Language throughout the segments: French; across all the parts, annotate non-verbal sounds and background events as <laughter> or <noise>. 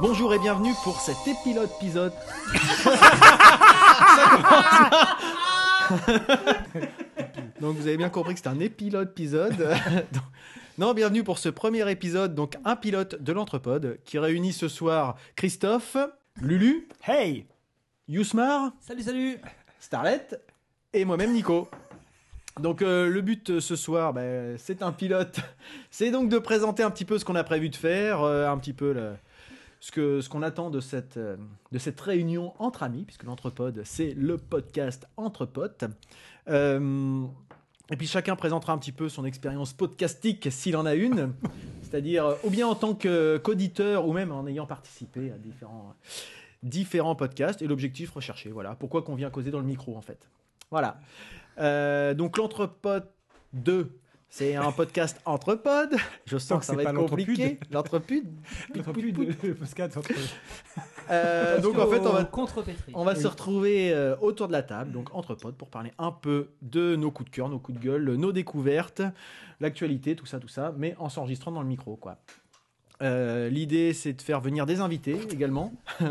Bonjour et bienvenue pour cet épilote épisode. <laughs> donc vous avez bien compris que c'est un épilote <laughs> épisode. non, bienvenue pour ce premier épisode, donc un pilote de l'Entrepode qui réunit ce soir Christophe, Lulu, Hey Yousmar, Salut, salut Starlet et moi-même Nico. Donc euh, le but euh, ce soir, ben, c'est un pilote. C'est donc de présenter un petit peu ce qu'on a prévu de faire, euh, un petit peu le- ce que ce qu'on attend de cette euh, de cette réunion entre amis, puisque l'entrepode c'est le podcast entre potes. Euh, et puis chacun présentera un petit peu son expérience podcastique s'il en a <laughs> une, c'est-à-dire euh, ou bien en tant que- qu'auditeur ou même en ayant participé à différents différents podcasts et l'objectif recherché. Voilà, pourquoi qu'on vient causer dans le micro en fait. Voilà. Euh, donc l'entrepode 2, c'est un podcast entre pods. Je sens Donc, que ça va c'est pas être compliqué. L'entrepude. plus de podcast entre... Euh, donc en fait, on va contre on va se retrouver euh, autour de la table, donc entre potes, pour parler un peu de nos coups de cœur, nos coups de gueule, nos découvertes, l'actualité, tout ça, tout ça, mais en s'enregistrant dans le micro, quoi. Euh, L'idée, c'est de faire venir des invités également. <laughs>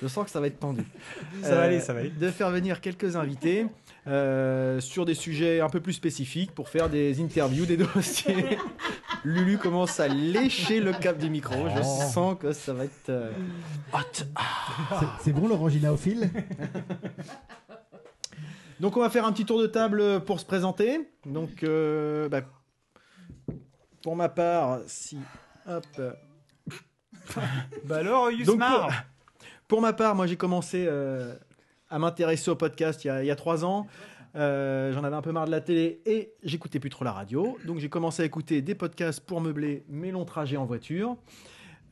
Je sens que ça va être tendu. Euh, Ça va aller, ça va aller. De faire venir quelques invités euh, sur des sujets un peu plus spécifiques pour faire des interviews, des <laughs> dossiers. Lulu commence à lécher le cap du micro. Je Oh. sens que ça va être euh, hot. C'est- C'est bon l'orangina au fil Donc on va faire un petit tour de table pour se présenter. Donc euh, bah, pour ma part, si hop. Bah alors, Yousmar Yousmar <laughs> Pour ma part, moi j'ai commencé euh, à m'intéresser au podcast il y a, il y a trois ans. Euh, J'en avais un peu marre de la télé et j'écoutais plus trop la radio. Donc j'ai commencé à écouter des podcasts pour meubler mes longs trajets en voiture.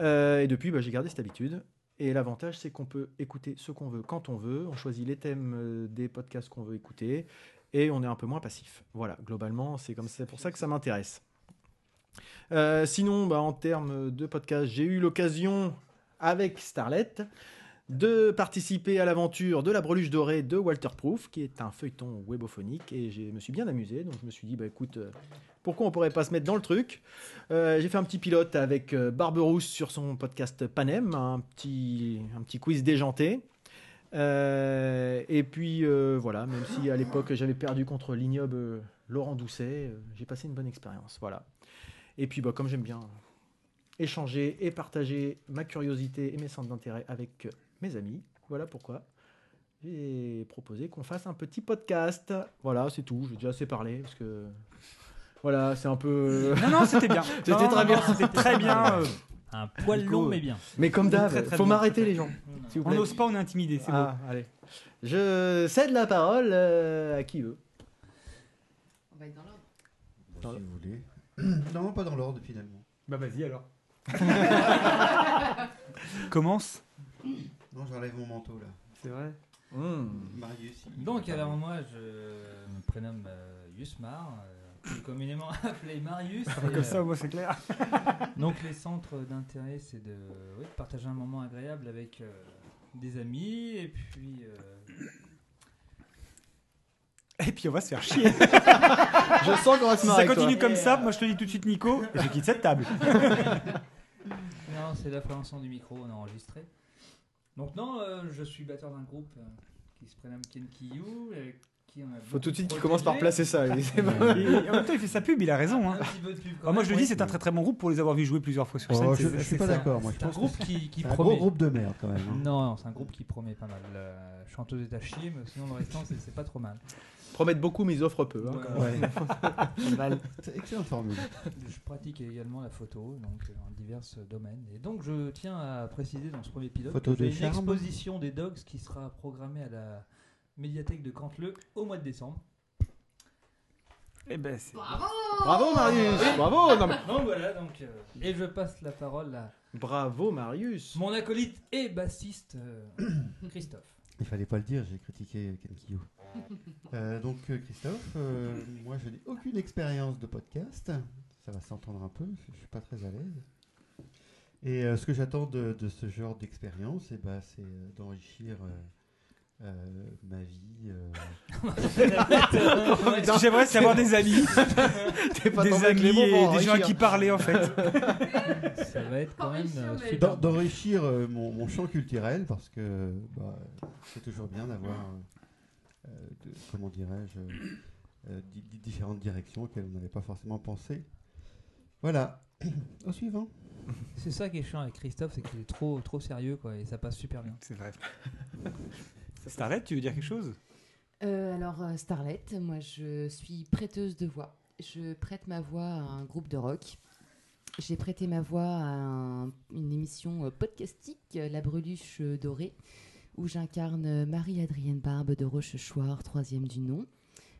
Euh, et depuis, bah, j'ai gardé cette habitude. Et l'avantage, c'est qu'on peut écouter ce qu'on veut quand on veut. On choisit les thèmes euh, des podcasts qu'on veut écouter et on est un peu moins passif. Voilà, globalement, c'est comme c'est pour ça que ça m'intéresse. Euh, sinon, bah, en termes de podcast, j'ai eu l'occasion avec Starlet de participer à l'aventure de la breluche dorée de Walter Proof, qui est un feuilleton webophonique, et je me suis bien amusé, donc je me suis dit, bah écoute, euh, pourquoi on pourrait pas se mettre dans le truc Euh, J'ai fait un petit pilote avec euh, Barberousse sur son podcast Panem, un petit, un petit quiz déjanté. Euh, et puis euh, voilà, même si à l'époque j'avais perdu contre l'ignoble euh, Laurent Doucet, euh, j'ai passé une bonne expérience, voilà. Et puis bah, comme j'aime bien échanger et partager ma curiosité et mes centres d'intérêt avec euh, mes amis. Voilà pourquoi j'ai proposé qu'on fasse un petit podcast. Voilà, c'est tout. J'ai déjà assez parlé parce que voilà, c'est un peu. Non, non, c'était bien. C'était très bien. C'était très bien. euh, Un poil Nico, long, euh, mais bien. Mais comme d'hab, Très, très faut bien. m'arrêter les gens. S'il vous on plaît. n'ose pas, on est intimidé, c'est Ah, allez. Je cède la parole euh, à qui veut. On va être dans l'ordre. Dans Si vous voulez. <coughs> Non, pas dans l'ordre finalement. beau. Bah vas-y alors. <laughs> Commence. Non, j'enlève mon manteau là. C'est vrai. Mmh. Hmm. Marius. il- Donc, alors, moi, je me prénomme euh, Yusmar, euh, plus communément <laughs> appelé Marius. et, Comme ça, euh, moi, c'est clair. donc, les centres d'intérêt, c'est de, oui, de partager un moment agréable avec euh, des amis, et puis... euh, Et puis, on va se faire chier. Je sens qu'on va se Si ça marrer. toi. continue comme Et, ça, euh, moi, je te dis tout de suite, Nico, je quitte cette table. non, c'est l'appréhension du micro, on a enregistré. Donc, non, euh, je suis batteur d'un groupe euh, qui se prénomme Kenkiyu, avec qui on a Faut tout de suite qu'il qu'il commence par placer ça. allez, c'est bon. Et- et en même temps, il fait sa pub, il a raison. Un hein. petit peu de pub quand Ah, moi, même, je le oui. dis, c'est un très très bon groupe pour les avoir vus jouer plusieurs fois sur scène. Oh, c'est- je, je c'est suis pas ça. d'accord moi. Je C'est un pense que groupe qui, qui c'est un promet. gros groupe de merde quand même. hein. Non, non, c'est un groupe qui promet pas mal. La chanteuse est à chier, mais sinon le restant c'est c'est pas trop mal. Promettent beaucoup, mais ils offrent peu. hein. <laughs> Ouais. Ouais. C'est excellente formule. Je pratique également la photo, donc euh, en divers euh, domaines. Et donc je tiens à préciser dans ce premier pilote Photo que j'ai de une charme. exposition des dogs qui sera programmée à la médiathèque de Canteleu au mois de décembre. Eh ben, c'est- Bravo Bravo Marius. Bravo. non, mais- Donc voilà, donc euh, et je passe la parole à Bravo Marius. mon acolyte et bassiste euh, <laughs> <coughs> Christophe. Il fallait pas le dire, j'ai critiqué Kenkyo. Euh, donc euh, Christophe, euh, moi je n'ai aucune expérience de podcast. Ça va s'entendre un peu, je, je suis pas très à l'aise. Et euh, ce que j'attends de, de ce genre d'expérience, eh ben, c'est euh, d'enrichir euh, euh, ma vie. euh, Oh, Ce que J'aimerais c'est avoir des amis, T'es pas des tombé avec amis les mots pour et des gens à enrichir. qui parler en fait. Ça va être quand même. Enrichir euh, mes- d'en- super. D'enrichir euh, mon, mon champ culturel parce que bah, c'est toujours bien d'avoir, euh, de- comment dirais-je, euh, euh, di- di- différentes directions auxquelles on n'avait pas forcément pensé. Voilà. <coughs> Au suivant. C'est ça qui est chiant avec Christophe, c'est qu'il est trop, trop sérieux quoi, et ça passe super bien. C'est <laughs> vrai. Starlet, tu veux dire quelque chose Euh, alors, euh, Starlet, moi je suis prêteuse de voix. Je prête ma voix à un groupe de rock. J'ai prêté ma voix à un- une émission euh, podcastique, euh, La Breluche euh, Dorée, où j'incarne euh, Marie-Adrienne Barbe de Rochechouart, troisième du nom,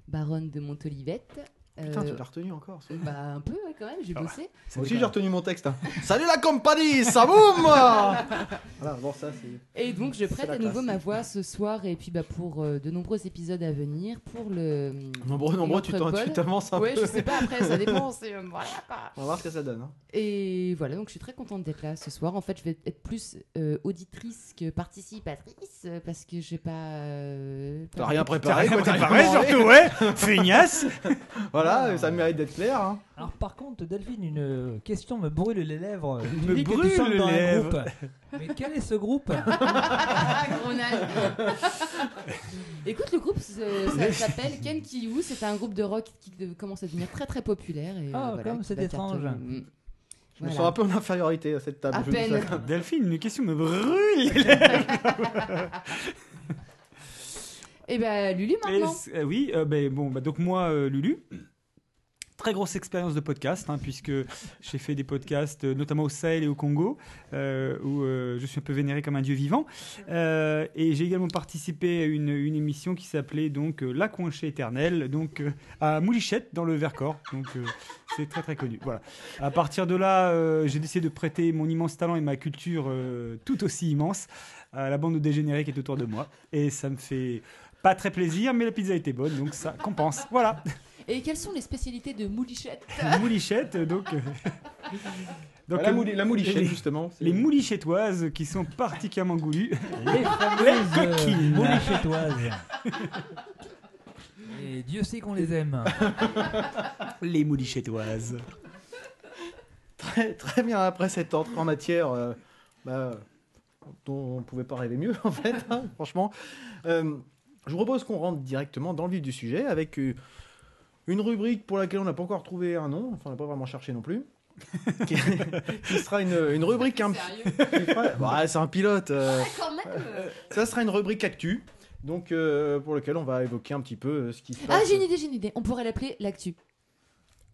baronne de Montolivette. Putain, Euh, tu l'as retenu encore. ça. bah, un peu ouais, quand même, j'ai Ah ouais. bossé. Moi aussi, j'ai retenu mon texte. hein. Salut la compagnie, ça boum <laughs> Voilà, bon, ça, c'est. Et donc je C'est prête la à nouveau classe. ma voix ce soir et puis bah, pour euh, de nombreux épisodes à venir, pour le... Nombreux, nombreux, tu t'en- l'entrepôt. tu t'avances un Ouais, peu. je sais pas après, ça dépend. c'est, euh, voilà, quoi. On va voir ce que ça donne. hein. Et voilà, donc je suis très contente d'être là ce soir. En fait, je vais être plus euh, auditrice que participatrice euh, parce que j'ai pas. euh, T'as pas- rien T'as préparé, rien quoi, t'as préparé rien demandé. surtout, ouais Feignasse Voilà, ça mérite d'être clair. hein. Alors par contre, Delphine, une euh, question me brûle les <laughs> lèvres. Tu Me dis que tu brûle chantes les dans un lèvres. groupe. Mais quel est ce <laughs> groupe Ah, <laughs> grenade. Écoute, le groupe se- ça <laughs> s'appelle Ken Kiyou. C'est un groupe de rock qui de- commence à devenir très très populaire. Et, euh, Ah, voilà, comme qui c'est va étrange. cartonner. Mm. Je me Voilà. sens un peu en infériorité à cette table. À je vous dis ça. peine. Delphine, une question me brûle les lèvres. Et bah, Lulu maintenant. Et c'est- euh, oui, euh, ben, bon, bah, donc moi, euh, Lulu, très grosse expérience de podcast, hein, puisque j'ai fait des podcasts, euh, notamment au Sahel et au Congo, euh, où euh, je suis un peu vénéré comme un dieu vivant. Euh, et j'ai également participé à une, une émission qui s'appelait donc euh, La Coinchée éternelle, donc euh, à Moulichette, dans le Vercors. Donc euh, c'est très très connu. Voilà. À partir de là, euh, j'ai décidé de prêter mon immense talent et ma culture euh, tout aussi immense à la bande de dégénérés qui est autour de moi. Et ça me fait pas très plaisir, mais la pizza était bonne, donc ça compense. <laughs> Voilà, Et quelles sont les spécialités de Moulichette moulichette, <laughs> donc. euh, donc, Bah, la, euh, mouli- la moulichette, les- justement. c'est- Les moulichettoises qui sont <laughs> particulièrement goulues. Les fameuses euh, coquines. <laughs> moulichetoises. Et Dieu sait qu'on les <laughs> aime. Les moulichettoises. Très, très bien, après cette entrée en matière euh, bah, dont on ne pouvait pas rêver mieux, <laughs> en fait, hein, franchement. Euh, je vous propose qu'on rentre directement dans le vif du sujet avec euh, une rubrique pour laquelle on n'a pas encore trouvé un nom, enfin, on n'a pas vraiment cherché non plus. qui, <laughs> qui sera une, une rubrique un Sérieux petit <laughs> peu- Bah, c'est un pilote. euh, Quand même ça sera une rubrique actu, donc euh, pour laquelle on va évoquer un petit peu euh, ce qui se Ah, passe. j'ai une idée, j'ai une idée. On pourrait l'appeler <laughs> l'actu.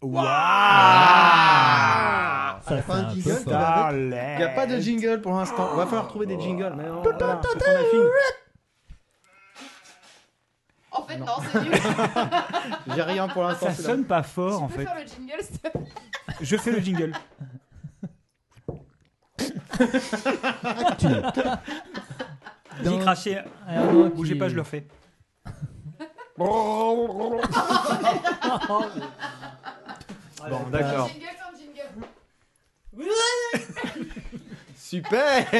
Waouh Ça fait un peu peur. jingle, tu l'as avec Il n'y a pas de jingle pour l'instant. On va falloir trouver des jingles. Mais on, voilà, c'est ce qu'on a En fait, non, c'est nul. fini. J'ai rien pour l'instant. Ça c'est la- sonne pas fort en Tu peux fait. faire le jingle, s'il te plaît Je fais le jingle. J'ai craché. Alors, qui- Bougez pas, je le fais. Bon, d'accord. Jingle sans jingle. Super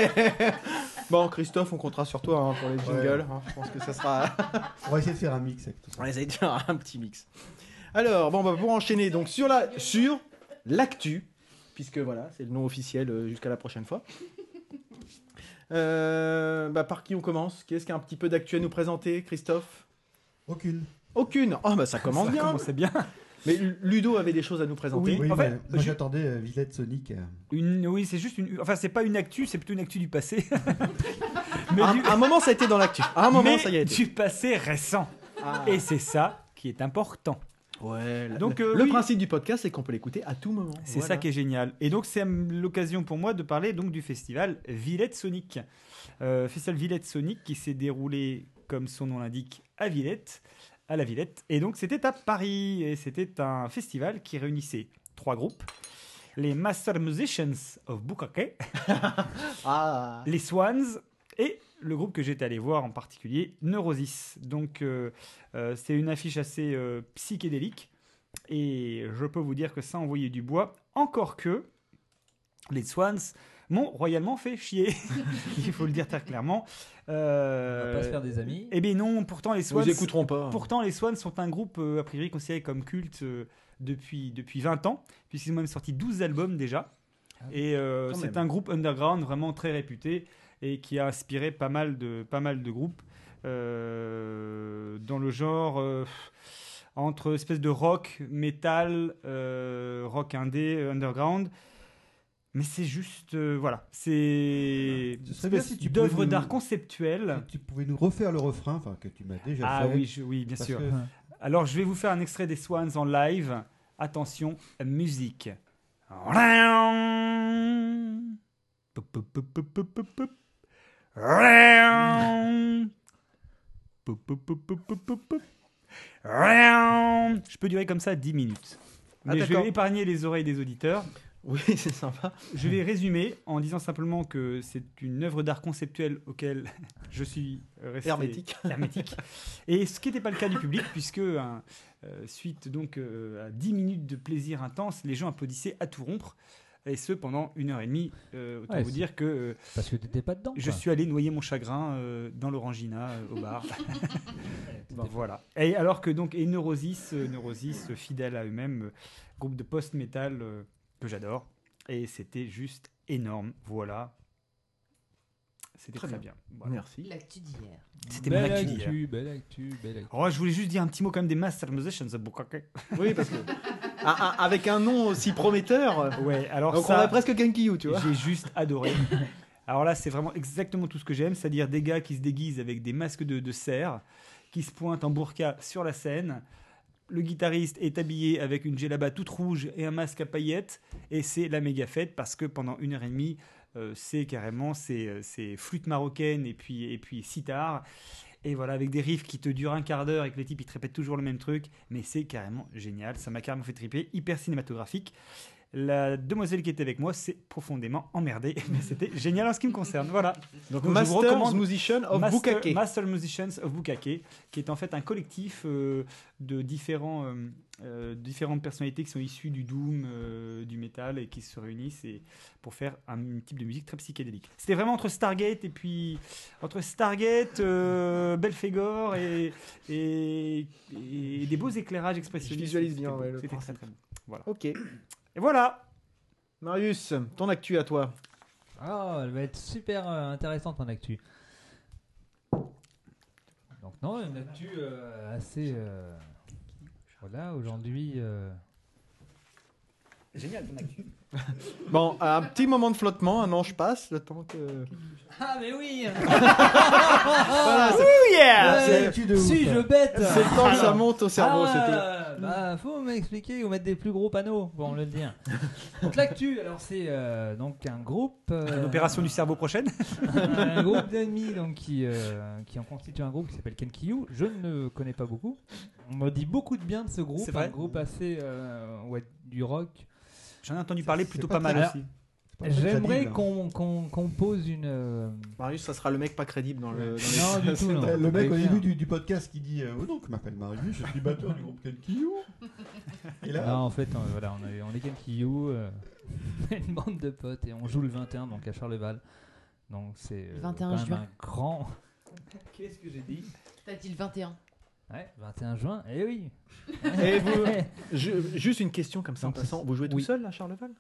<laughs> Bon, Christophe, on comptera sur toi hein, pour les jingles. hein. Je pense que ça sera. <laughs> On va essayer de faire un mix avec tout ça. On essaye de faire un petit mix. Alors, bon, bah, pour enchaîner, donc sur la sur l'actu, puisque voilà, c'est le nom officiel euh, jusqu'à la prochaine fois. Euh, bah, par qui on commence Qu'est-ce qu'il y a un petit peu d'actu à nous présenter, Christophe Aucune. Aucune Oh, bah ça commence Ça bien commence bien. Mais Ludo avait des choses à nous présenter. Oui, Oui, en mais fait, moi je- j'attendais euh, Villette Sonic. euh, <laughs> Une- oui, c'est juste une. Enfin, c'est pas une actu, c'est plutôt une actu du <laughs> passé. mais À, du, à un moment, ça a été dans l'actu. À un moment, mais ça y a été. du passé récent. Ah. Et c'est ça qui est important. Ouais, la- Donc, le, euh, le oui. principe du podcast, c'est qu'on peut l'écouter à tout moment. C'est Voilà. ça qui est génial. Et donc, c'est hum, l'occasion pour moi de parler donc du festival Villette Sonic. Euh, festival Villette Sonic qui s'est déroulé, comme son nom l'indique, à Villette, à la Villette. Et donc, c'était à Paris. Et c'était un festival qui réunissait trois groupes. Les Master Musicians of Bukake, Ah. les Swans et le groupe que j'étais allé voir en particulier, Neurosis. Donc, euh, euh, c'est une affiche assez euh, psychédélique. Et je peux vous dire que ça envoyait du bois. Encore que les Swans m'ont royalement fait chier. <laughs> Il faut le dire très clairement. Euh, On va pas se faire des amis. Eh bien non, pourtant les Ils Swans, vous écouteront Ah. pas. pourtant les Swans sont un groupe euh, a priori considéré comme culte euh, depuis depuis 20 ans, puisqu'ils ont même sorti 12 albums déjà. Ah Et euh, Quand c'est même. un groupe underground vraiment très réputé et qui a inspiré pas mal de, pas mal de groupes euh, dans le genre euh, entre espèce de rock, metal, euh, rock indé, euh, underground. Mais c'est juste, euh, voilà, c'est Ce serait bien espèce si tu pouvais d'œuvre nous- d'art conceptuelle. Tu pouvais nous refaire le refrain, enfin que tu m'as déjà Ah fait. oui, je- oui, bien parce sûr. que- Alors, je vais vous faire un extrait des Swans en live. Attention, musique. Je peux durer comme ça 10 minutes. Ah, Mais je d'accord. vais épargner les oreilles des auditeurs. Oui, <laughs> c'est sympa. Je vais résumer en disant simplement que c'est une œuvre d'art conceptuelle auquel <laughs> je suis resté Hermétique. <laughs> hermétique. Et ce qui n'était pas le cas du public, puisque hein, euh, suite donc euh, à 10 minutes de plaisir intense, les gens applaudissaient à tout rompre. Et ce, pendant une heure et demie. Euh, autant Ouais, vous c'est- dire que euh, Parce que t'étais pas dedans. je quoi. suis allé noyer mon chagrin euh, dans l'Orangina, euh, au bar. T'étais Bon, Bah, voilà. Et alors que donc, et Neurosis, euh, Neurosis, euh, fidèle à eux-mêmes, euh, groupe de post-metal euh, que j'adore. Et c'était juste énorme. Voilà. C'était Très très, bien. Voilà. Merci. L'actu d'hier. C'était mon Belle actu d'hier. actu, belle actu, belle actu. Oh, je voulais juste dire un petit mot quand même des Master Musicians. euh, Bukake. Oui, parce que. Ah, ah, avec un nom aussi prometteur. euh, Ouais, alors Donc on ça, a presque Kenkiyu, tu vois. j'ai juste <laughs> adoré. Alors là, c'est vraiment exactement tout ce que j'aime, c'est-à-dire des gars qui se déguisent avec des masques de, de cerf, qui se pointent en burqa sur la scène. Le guitariste est habillé avec une djellaba toute rouge et un masque à paillettes, et c'est la méga fête parce que pendant une heure et demie, euh, c'est carrément c'est euh, c'est flûte marocaine et puis et puis sitar. Et voilà, avec des riffs qui te durent un quart d'heure et que les types ils te répètent toujours le même truc, mais c'est carrément génial. Ça m'a carrément fait triper, hyper cinématographique. La demoiselle qui était avec moi s'est profondément emmerdée, <laughs> mais c'était génial en ce qui me concerne. Voilà. Donc, je vous Masters recommande Musician of Master, Bukake. Master Musicians of Bukake, qui est en fait un collectif euh, de différents, euh, euh, différentes personnalités qui sont issues du doom, euh, du métal, et qui se réunissent et, pour faire un, type de musique très psychédélique. C'était vraiment entre Stargate et puis entre Stargate, euh, Belphégor et, et, et des beaux éclairages expressionnistes. Je visualise bien, C'était beau. ouais, le C'était très principe. très bon. Ok. Et voilà. Marius, ton actu à toi. Ah, elle va être super euh, intéressante en actu. Donc non, une actu euh, assez... euh, voilà, aujourd'hui... euh, Génial ton actu. Bon, un petit moment de flottement, un ange passe, le temps que. Ah <laughs> mais oui Voilà, c'est Oh Ah, C'est euh, l'actu de ouf, Si, hein. je bête Ah. c'est le temps que ça monte au cerveau. Ah, c'était- bah, faut m'expliquer ou mettre des plus gros panneaux pour me le dire. donc l'actu, alors c'est euh, donc un groupe... euh, L'opération du cerveau prochaine. un groupe d'ennemis donc qui, euh, qui en constitue un groupe qui s'appelle Kenkiyu. Je ne connais pas beaucoup. On me dit beaucoup de bien de ce groupe. C'est vrai. Un groupe assez euh, ouais, du rock. J'en ai entendu parler c'est plutôt pas pas, mal très- aussi. C'est pas J'aimerais très hein. qu'on qu'on- qu'on pose une. euh, Marius, ça sera le mec pas crédible dans le. dans les- <laughs> Non, du tout. non. crédible. Eh, Le mec au Faut début écrire. du, du podcast qui dit euh, Oh non, que je m'appelle Marius, je suis batteur du groupe Kenkyu. Et Non, là, en fait, on, voilà, on, est, on est Kenkiyu, euh, <laughs> une bande de potes, et on joue le 21, donc à Charleval. Donc c'est euh, 21 quand même juin. un grand. Qu'est-ce que j'ai dit T'as dit le 21. Ouais, 21 juin, eh oui Eh, Et vous- Je- juste une question comme ça en Donc, passant. Vous jouez tout oui. seul à Charleval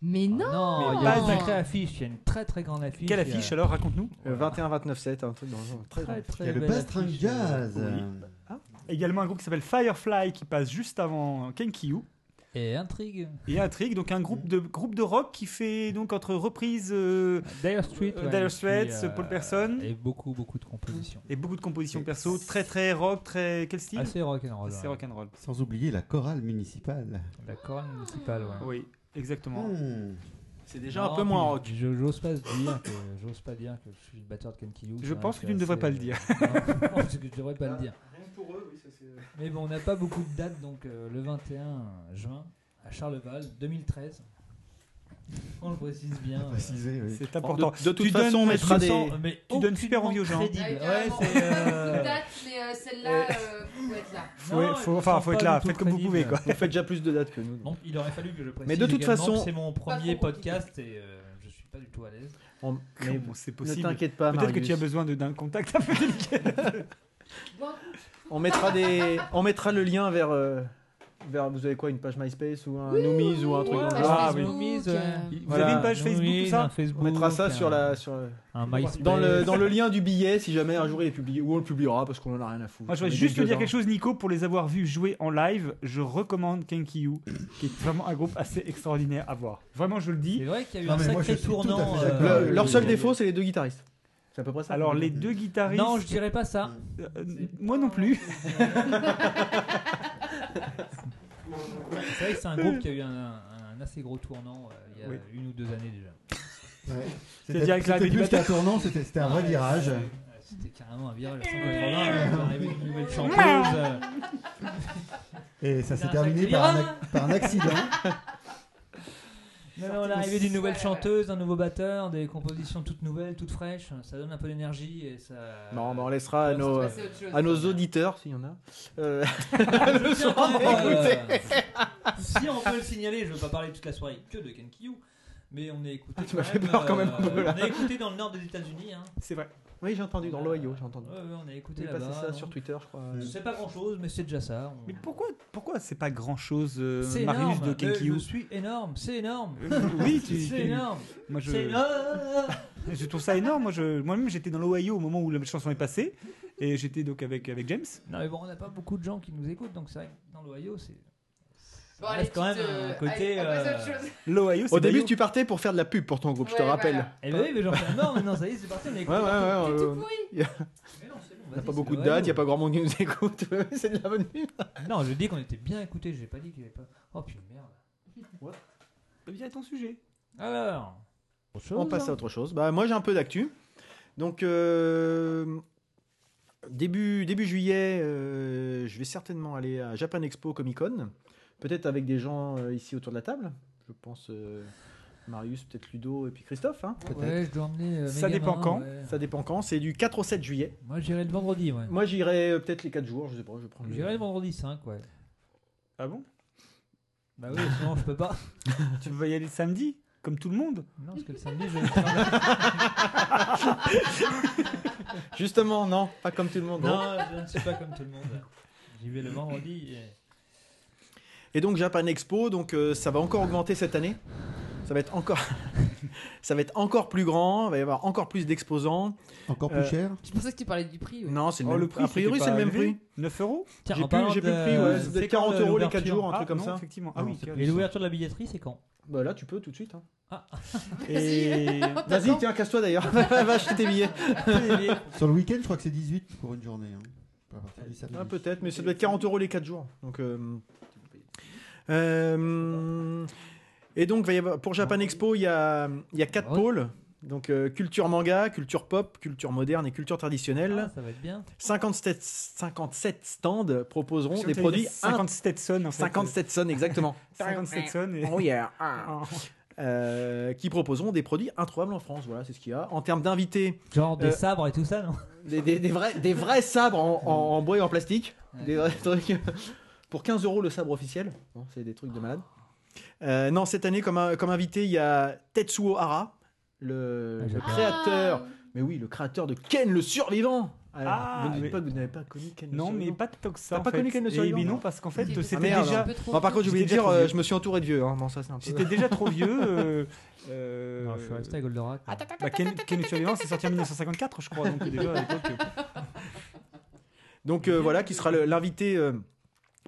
Mais non Non, il y pas a une du- sacrée affiche, il y a une très très grande affiche. Quelle il y a- affiche alors Raconte-nous. Euh, 21-29-7, un truc dans le genre. Très Très, gentil. très il y a le belle Bastring affiche, Jazz. Oui. euh, Également un groupe qui s'appelle Firefly qui passe juste avant Kenkyu. euh, Et intrigue. Et Intrigue, donc un groupe de, groupe de rock qui fait donc entre reprises euh, Dire Straits. Euh, ouais, Dire qui, Straits, Paul Person. Et beaucoup beaucoup de compositions. et beaucoup de compositions perso, très très rock, très. Quel Ah, style Assez rock'n'roll. C'est ouais. rock'n'roll. Sans oublier la chorale municipale. La chorale municipale, ouais. Oui, exactement. Hmm. C'est déjà Non, un peu moins rock. puis je- J'ose pas se dire que j'ose pas dire que je suis le batteur de Kenkyu. Je c'est pense vrai que tu ne devrais c'est- pas le dire. Non, je pense que je devrais pas le dire. Rien pour eux, oui, ça c'est. euh, Mais bon, on n'a pas beaucoup de dates, donc euh, le 21 juin à Charleval, 2013. On le précise bien. euh, Précisé, oui. C'est important. De, de toute Tu donnes- façon, on tu mettra sens- des. sans- mais tu donnes super envie aucunement aux Bah, gens. crédible. Ah, Ouais, c'est. euh, celle-là, vous êtes là. Faut- non, faut- ils enfin, sont faut être pas là, du tout faites comme vous pouvez, crédibles. Vous faites déjà plus de dates que nous. Donc, il aurait fallu que je précise. Mais de toute également façon- que c'est mon premier trop compliqué. podcast et euh, je suis suis pas du tout à l'aise. On- mais Comment c'est ne possible t'inquiète pas, Peut-être que Marius. tu as besoin de- d'un contact un peu délicat. Bon, On mettra des, on mettra le lien vers, euh, vers, vous avez quoi, une page MySpace ou un Noomies ou un truc ouais, dans le page Ah, genre. Facebook, oui. euh, Ah Vous Voilà. avez une page Facebook, tout un ça On mettra ça sur la, sur le- Un MySpace. dans le, dans le lien du billet si jamais un jour il est publié ou on le publiera parce qu'on en a rien à foutre. Moi, je voudrais juste te dire quelque chose, Nico, pour les avoir vus jouer en live, je recommande Kenki You, qui est vraiment un groupe assez extraordinaire à voir. Vraiment, je le dis. C'est vrai qu'il y a eu Non, un mais moi, sacré je suis tout à fait tournant. d'accord. Le- Euh, leur seul oui. défaut, c'est les deux guitaristes. C'est à peu près ça. Alors, les deux guitaristes. Non, je dirais pas ça. euh, euh, moi non plus. C'est vrai que c'est un groupe qui a eu un, un- un assez gros tournant euh, il y a Oui. une ou deux années déjà. Ouais. C'est-à-dire C'était avec la c'était plus bataille- qu'un tournant, c'était c'était un vrai Ah, Ouais, virage. c'était- C'était carrément un virage à 180, on arrivait une nouvelle chanteuse. euh, Et ça s'est un terminé sacré par un, virage. ac- par un accident. Non, non, l'arrivée d'une nouvelle chanteuse, d'un nouveau batteur, des compositions toutes nouvelles, toutes fraîches, ça donne un peu d'énergie et ça. Non, bah, mais on laissera à Ouais, nos, ça c'est autre chose. à nos auditeurs s'il y en a. Euh, <laughs> le soir, euh, Si on peut le signaler, je veux pas parler toute la soirée que de Ken Kiyou, mais on est écouté. Ah, euh, tu m'as fait peur quand même un peu, là. On est écouté dans le nord des États-Unis. Hein. C'est vrai. oui, j'ai entendu dans l'Ohio, j'ai entendu. Ouais, ouais, on a écouté J'ai passé là-bas. bah, ça donc. sur Twitter, je crois. Je sais pas grand chose, mais c'est déjà ça. on- Mais pourquoi, pourquoi c'est pas grand chose, C'est Marius énorme. de euh, Kenki Je You suis énorme. C'est énorme. Euh, <laughs> Oui, tu. C'est tu- énorme. Moi, je, C'est énorme. <laughs> je trouve ça énorme. Moi, je, moi-même, j'étais dans l'Ohio au moment où la chanson est passée. Et j'étais donc avec, avec James. Non, mais bon, on n'a pas beaucoup de gens qui nous écoutent, donc c'est vrai que dans l'Ohio, c'est. Bon, Ça allez, reste quand même petite, un euh, côté. allez, on passe à euh, autre chose. L'Ohio, c'est Au début, Bayou. tu partais pour faire de la pub pour ton groupe, je te Ouais, rappelle. voilà. Eh ben oui, mais j'en fais un mort maintenant, ça y est, c'est parti, on est Ouais, ouais, ouais. C'est ouais, tout ouais. pourri. Mais non, c'est On bon, vas-y, n'a pas c'est beaucoup de le dates, il n'y Ohio. a pas grand monde qui nous écoute. <laughs> c'est de la bonne nuit. Non, je dis qu'on était bien écoutés, j'ai pas dit qu'il y avait pas. Oh putain, merde. Viens à ton sujet. Alors. On passe à hein. autre chose. Bah, moi, j'ai un peu d'actu. Donc, euh, début, début juillet, euh, je vais certainement aller à Japan Expo Comic Con. Peut-être avec des gens euh, ici autour de la table. Je pense euh, Marius, peut-être Ludo et puis Christophe. hein. Ouais, je dois emmener. euh, Ça mes dépend gamins, quand. ouais. Ça dépend quand. C'est du 4 au 7 juillet. Moi, j'irai le vendredi, ouais. Moi, j'irai euh, peut-être les 4 jours. Je sais pas. Je prends le- J'irai le vendredi 5, ouais. Ah bon Bah oui, sinon, je peux pas. Tu vas y aller le samedi, comme tout le monde <laughs> Non, parce que le samedi, je <laughs> travaille. Justement, non, pas comme tout le monde. Non, je ne suis pas comme tout le monde. J'y vais le vendredi. et- Et donc Japan Expo, donc euh, ça va encore augmenter cette année. Ça va être encore, <laughs> ça va être encore plus grand. Il va y avoir encore plus d'exposants. Encore plus Euh, cher. Je pensais que tu parlais du prix. ouais. Non, c'est le même. Oh, le prix, a priori, c'était c'est le pas même élevé. prix. 9 euros Tiens, J'ai en plus, parlant j'ai plus de- le prix. Ouais, ça doit c'est être quand euh, 40 euros les 4 l'ouverture jours, hein. un Ah, truc comme non, ça. Effectivement. Ah Non, oui, c'est carrément. Et l'ouverture de la billetterie, <laughs> c'est quand Bah là, tu peux tout de suite. hein. <laughs> Et Vas-y, tiens, casse-toi d'ailleurs. <laughs> va acheter tes billets. Sur le week-end, je crois que c'est 18 pour une journée. hein. À partir du samedi. Ah, peut-être, mais ça doit être 40 euros les 4 jours. Donc, euh, euh, et donc, va y avoir- pour Japan Expo, il y a, il y a 4 Ah Ouais. pôles. Donc, euh, culture manga, culture pop, culture moderne et culture traditionnelle. Ah, Ça va être bien. 57, 57 stands proposeront Sur des le produits téléphone, 50 Stetson. En fait. Ah 50 Stetson <laughs> exactement. 50 Stetson. Et... Oh yeah. Ah. Euh, qui proposeront des produits introuvables en France. Voilà, c'est ce qu'il y a. En termes d'invités, <laughs> Genre des Euh, sabres et tout ça, non des, des- des vrais, des vrais sabres en, en- en bois et en plastique. Des vrais trucs. Pour 15 euros le sabre officiel. Bon, c'est des trucs de malade. Euh, non, cette année, comme, un- comme invité, il y a Tetsuo Hara, le, Ah, le j'adore. créateur. Mais oui, le créateur de Ken le survivant. Alors, Ah, vous ne dites mais- pas que vous n'avez pas connu Ken le Non, mais survivant. pas tant que ça. T'as en pas fait. connu qu'elle ne soit Eh bien vivante. non, parce qu'en fait, C'était c'était Ah, merde. déjà. un peu trop Bon, par contre, j'ai oublié de J'étais dire, déjà euh, trop je me suis entouré de vieux. hein. Non, ça, c'est un peu- J'étais déjà trop vieux. euh, euh, Non, je suis resté à Goldorak. Ah, moi. bah, Ken, Ken Survivant, c'est sorti en 1954, je crois. Donc déjà, <laughs> à l'époque, euh, Donc euh, voilà, qui sera le- l'invité euh,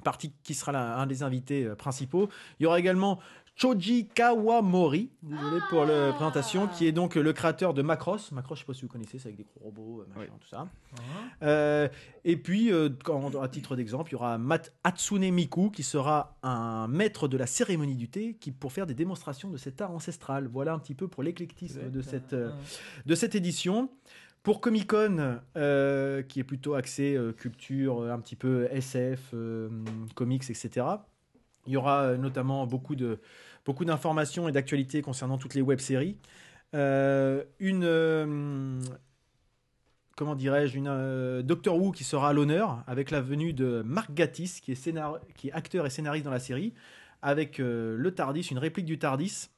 parti, qui sera la- un des invités euh, principaux. Il y aura également Choji Kawamori, désolé pour la présentation, qui est donc euh, le créateur de Macross. Macross, je sais pas si vous connaissez, c'est avec des gros robots, euh, machin, tout ça. Hein Euh, et puis, euh, quand- à titre d'exemple, il y aura Mat Hatsune Miku, qui sera un maître de la cérémonie du thé, qui pour faire des démonstrations de cet art ancestral. Voilà un petit peu pour l'éclectisme de cette. euh, de cette édition. Pour Comic Con, qui est plutôt axé euh, culture, euh, un petit peu SF, euh, comics, etc., il y aura euh, notamment beaucoup de beaucoup d'informations et d'actualités concernant toutes les web-séries. Euh, une euh, comment dirais-je une euh, Doctor Who qui sera à l'honneur avec la venue de Mark Gatiss qui est scénar- qui est acteur et scénariste dans la série avec euh, le Tardis, une réplique du Tardis.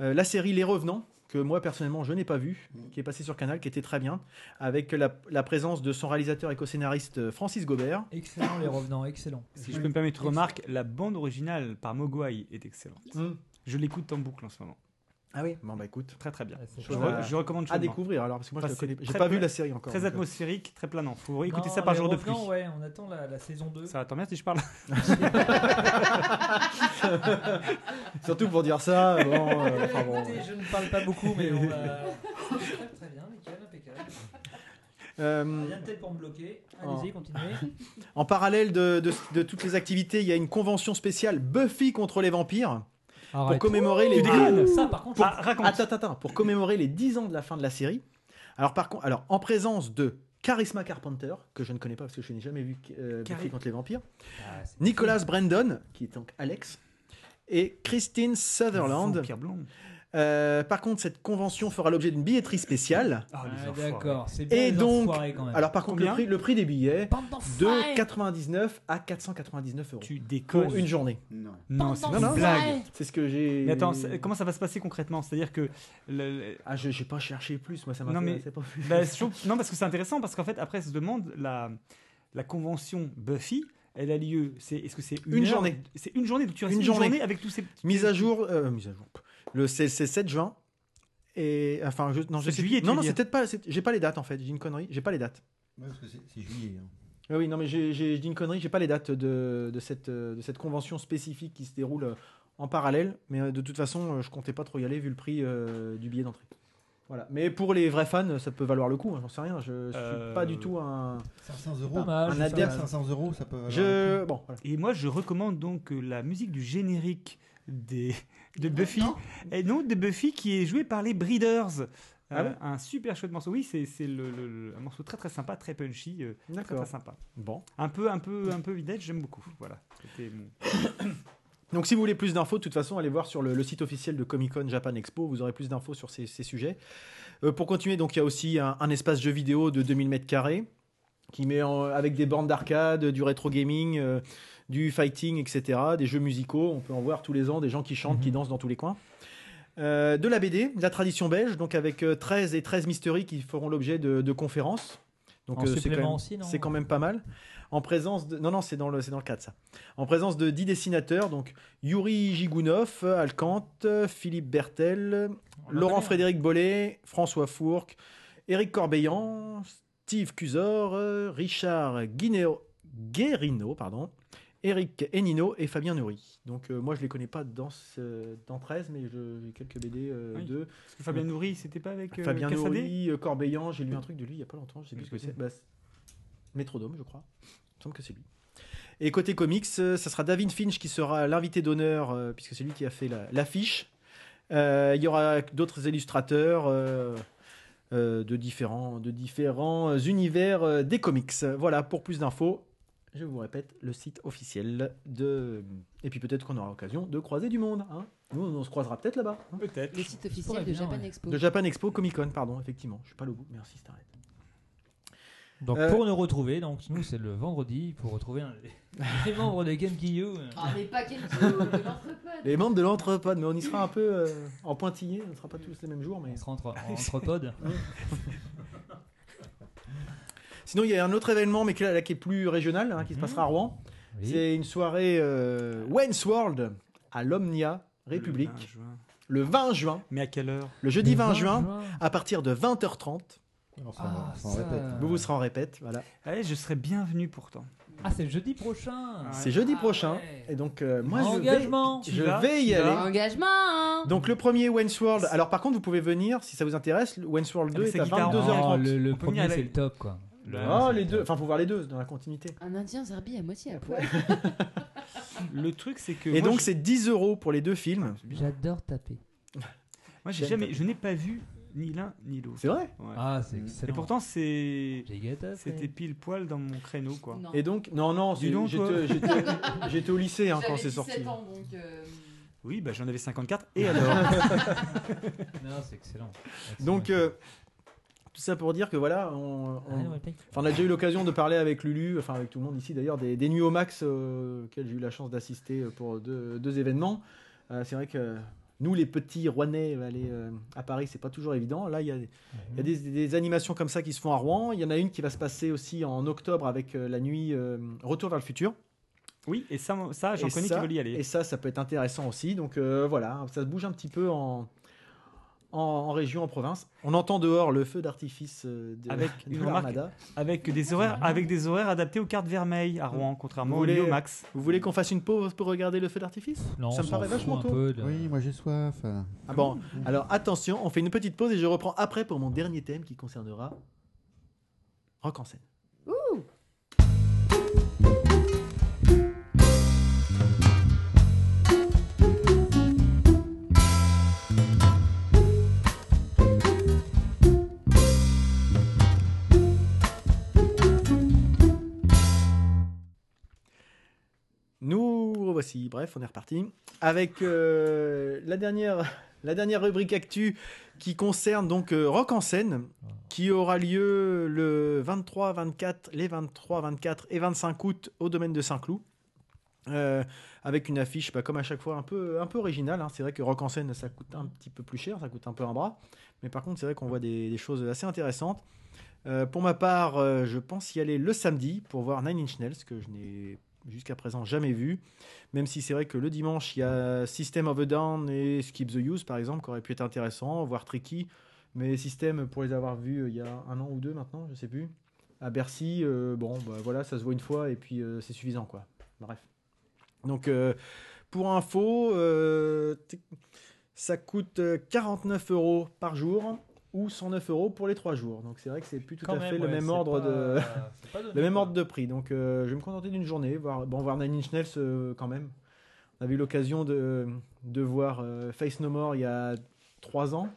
Euh, la série Les Revenants que moi personnellement je n'ai pas vu, qui est passé sur Canal, qui était très bien, avec la, la présence de son réalisateur et co-scénariste euh, Francis Gobert. Excellent, les revenants, excellent. Si je peux me permettre une remarque, la bande originale par Mogwai est excellente. Hmm. Je l'écoute en boucle en ce moment. Ah oui Bon bah écoute, Très très bien. Ah, c'est Je, Chose re- bah, à- je recommande à chaudement. découvrir alors, parce que moi Bah, je le c'est connais- j'ai très- pas vu très- la série encore. Très donc, euh, atmosphérique, très planant. Faut écouter Non, ça par les jour de pluie. revenants, ouais, on attend la, la saison 2. Ça va, tant bien si je parle. Surtout pour dire ça, <laughs> bon, euh, enfin bon, Écoutez, ouais. je ne parle pas beaucoup, mais on va. très, <laughs> très bien, nickel, impeccable. Euh, Rien de tel pour me bloquer. Oh. <laughs> Allez-y, continuez. En parallèle de, de- de toutes les activités, il y a une convention spéciale Buffy contre les vampires pour Arrête. commémorer les. déconnes Ça, par contre, Ah, raconte. Attends, attends, attends, pour commémorer les 10 ans de la fin de la série. Alors, par contre, alors, en présence de Charisma Carpenter, que je ne connais pas parce que je n'ai jamais vu euh, Cari- Buffy contre les vampires, Ah, c'est- Nicolas Brandon, qui est donc Alex, et Christine Sutherland. Vampire blanc. Euh, par contre, cette convention fera l'objet d'une billetterie spéciale. Ah, les Ah, enfoirés. D'accord, c'est bien. Et les donc, enfoirés, quand même. alors par contre, le Combien prix, le prix des billets, Bande d'enfoirés de 99 à 499 euros Tu pour déconnes. une journée. Non. Non, c'est Bande pas une d'enfoirés. blague. C'est ce que j'ai. Mais attends, c'est- comment ça va se passer concrètement C'est-à-dire que. le- le- Ah, je j'ai pas cherché plus, moi ça Non, m'intéressait <laughs> pas plus. bah, je trouve- non, parce que c'est intéressant, parce qu'en fait, après, se demande la, la convention Buffy. Elle a lieu. C'est est-ce que c'est une, Une heure journée. C'est une journée. Donc tu restes Une une, journée. journée. avec tous ces <laughs> mise à jour, euh, mise à jour. Le c'est c'est 7 juin. Et enfin, je, non, je 7 sais juillet, tu Non, veux non, dire. c'est peut-être pas. c'est- J'ai pas les dates en fait. J'ai une connerie. J'ai pas les dates. Ouais, parce que c'est c'est juillet. hein. Ah oui, non, mais j'ai j'ai- je dis une connerie. J'ai pas les dates de, de cette euh, de cette convention spécifique qui se déroule euh, en parallèle. Mais euh, de toute façon, euh, je comptais pas trop y aller vu le prix euh, du billet d'entrée. Voilà. Mais pour les vrais fans, ça peut valoir le coup. hein, J'en sais rien. Je suis Euh, pas du tout un. 500 euros. Pas mal, Un c'est pas adepte. mal. 500 euros, ça peut. valoir le Je bon. voilà. Et moi, je recommande donc euh, la musique du générique des, Ah, de Buffy. Et non, de Buffy qui est jouée par les Breeders. Euh, Ah ouais un super chouette morceau. Oui, c'est c'est le- le- le- un morceau très très sympa, très punchy, euh, très D'accord. très sympa. Bon. Un peu, un peu, un peu vintage, j'aime beaucoup. Voilà. C'était mon- Donc si vous voulez plus d'infos, de toute façon, allez voir sur le, le site officiel de Comic Con Japan Expo, vous aurez plus d'infos sur ces, ces sujets. Euh, pour continuer, donc il y a aussi un, un espace jeu vidéo de 2000 mètres carrés qui met en- avec des bornes d'arcade, du rétro gaming, euh, du fighting, etc., des jeux musicaux. On peut en voir tous les ans des gens qui chantent, qui dansent dans tous les coins. Euh, de la BD, de la tradition belge, donc avec euh, 13 et 13 mysteries qui feront l'objet de, de conférences. Donc En euh, c'est quand, supplément même- aussi, non c'est quand même pas mal. En présence de... Non, non, c'est dans le, c'est dans le cadre, ça. En présence de 10 dessinateurs, donc Yuri Gigounov, euh, Alcante, euh, Philippe Bertel, euh, On l'a Laurent pas vu, hein. Frédéric Bollet, François Fourque, Éric Corbeillan, Steve Cusor, euh, richard Guineo- Guérino, pardon, Éric Enino et Fabien Nourri. Donc euh, moi je les connais pas dans, ce- dans 13, mais je- j'ai quelques BD euh, Oui. d'eux. Parce que Fabien Nourri, c'était pas avec euh, Fabien Cassadet Nourri, euh, Corbeillan, j'ai lu un truc de lui il y a pas longtemps, je sais plus ce que Écoutez. c'est. Bah, c'est- Métrodome, je crois. Il me semble que c'est lui. Et côté comics, euh, ça sera David Finch qui sera l'invité d'honneur, euh, puisque c'est lui qui a fait la- l'affiche. Euh, il y aura d'autres illustrateurs euh, euh, de différents, de différents euh, univers euh, des comics. Voilà, pour plus d'infos, je vous répète le site officiel de. Et puis peut-être qu'on aura l'occasion de croiser du monde. hein. Nous, on se croisera peut-être là-bas. hein. Peut-être. Le site Pourrait officiel de bien, Japan ouais. Expo. De Japan Expo Comic Con, pardon, effectivement. Je suis pas le bout. Merci, Starlet. Donc Euh, pour nous retrouver, donc nous c'est le vendredi pour retrouver un- <laughs> les membres de Kenkyu. Ah, mais pas <laughs> quel tuyau, de l'entrepôt. Les membres de l'entrepôt, mais on y sera un peu euh, en pointillé. On ne sera pas tous les mêmes jours, mais. On se rentre Ah, en entrepode. Sinon, il y a un autre événement, mais qui, là, qui est plus régional, hein, qui se Mhm. passera à Rouen. C'est une soirée euh, Wayne's World à l'Omnia République Le 20 juin. le 20 juin, Mais à quelle heure le jeudi 20 juin, à partir de 20h30. prix. Alors, ça, Ah, on s'en ça. répète. hein. Vous vous serez en répète, voilà. Eh, Je serais bienvenu pourtant. Ah c'est jeudi prochain. Ouais. C'est jeudi Ah prochain. ouais. Et donc, euh, moi, je vais, Engagement. Tu je vas, vais y tu vas. aller. Engagement hein. Donc, le premier Wayne's World. Alors, par contre, vous pouvez venir si ça vous intéresse. le Wayne's World Ah, mais 2 est c'est à guitare hein. en- Oh, 22h30. le le On peut venir premier c'est avec- le top quoi. Le- Oh, les deux. Enfin, faut voir les deux dans la continuité. Un indien zarbi à moitié à poil. Le truc, c'est que. Et moi, donc, je- c'est 10 euros pour les deux films. J'adore taper. moi, j'ai jamais, je n'ai pas vu ni l'un ni l'autre. C'est vrai. Ouais. Ah c'est Mm. excellent. Et pourtant, c'est. J'ai gâté. C'était pile poil dans mon créneau, quoi. Non. Et donc, non, non, c'est- Dis donc, toi. j'étais j'étais- <laughs> j'étais au lycée hein, quand J'avais c'est sorti. 17 ans, donc, euh, Oui, bah j'en avais 54. Et <laughs> alors Non c'est excellent. Donc, euh, tout ça pour dire que voilà, on, on- Rien de répète. enfin, on a déjà eu l'occasion de parler avec Lulu, enfin avec tout le monde ici d'ailleurs, des, des nuits au max euh, auxquelles j'ai eu la chance d'assister euh, pour deux, deux événements. Euh, c'est vrai que Nous, les petits Rouennais, aller euh, à Paris, c'est pas toujours évident. Là, il y a, il y a des, des animations comme ça qui se font à Rouen. Il y en a une qui va se passer aussi en octobre avec euh, la nuit euh, Retour vers le futur. Oui, et ça, ça Ah, j'en Et connais ça- qui veulent y aller. Et ça, ça peut être intéressant aussi. Donc euh, voilà, ça se bouge un petit peu en, en, en région, en province. On entend dehors le feu d'artifice euh, de, Avec <laughs> de une remarque. l'armada. Avec des horaires, avec des horaires adaptés aux cartes vermeilles à Rouen, contrairement Vous au voulez- Lio Max. Vous voulez qu'on fasse une pause pour regarder le feu d'artifice Non, Ça on me s'en paraît fout vachement un tôt. peu de- Oui, moi j'ai soif. euh. Ah bon, alors attention, on fait une petite pause et je reprends après pour mon dernier thème qui concernera rock en scène. Nous voici, bref, on est reparti avec euh, la dernière la dernière rubrique actu qui concerne donc euh, Rock en scène qui aura lieu le 23, 24, les 23, 24 et 25 août au domaine de Saint-Cloud. Euh, avec une affiche bah, comme à chaque fois un peu un peu originale hein. c'est vrai que rock en scène ça coûte un petit peu plus cher ça coûte un peu un bras mais par contre c'est vrai qu'on voit des, des choses assez intéressantes Euh, pour ma part euh, je pense y aller le samedi pour voir Nine Inch Nails que je n'ai jusqu'à présent jamais vu même si c'est vrai que le dimanche, il y a System of a Down et Skip the Use, par exemple, qui aurait pu être intéressant, voire tricky. Mais System, pour les avoir vus euh, il y a un an ou deux maintenant, je sais plus, à Bercy, euh, bon, bah, voilà, ça se voit une fois et puis euh, c'est suffisant, quoi. Bref. Donc, euh, pour info, euh, t- ça coûte euh, 49 euros par jour ou 109 euros pour les trois jours. Donc, c'est vrai que c'est plus tout à fait le même ordre de. Le même ordre de prix. Donc, euh, je vais me contenter d'une journée, voir, bon, voir Nine Inch Nails euh, quand même. On avait eu l'occasion de, de voir euh, Face No More il y a 3 ans.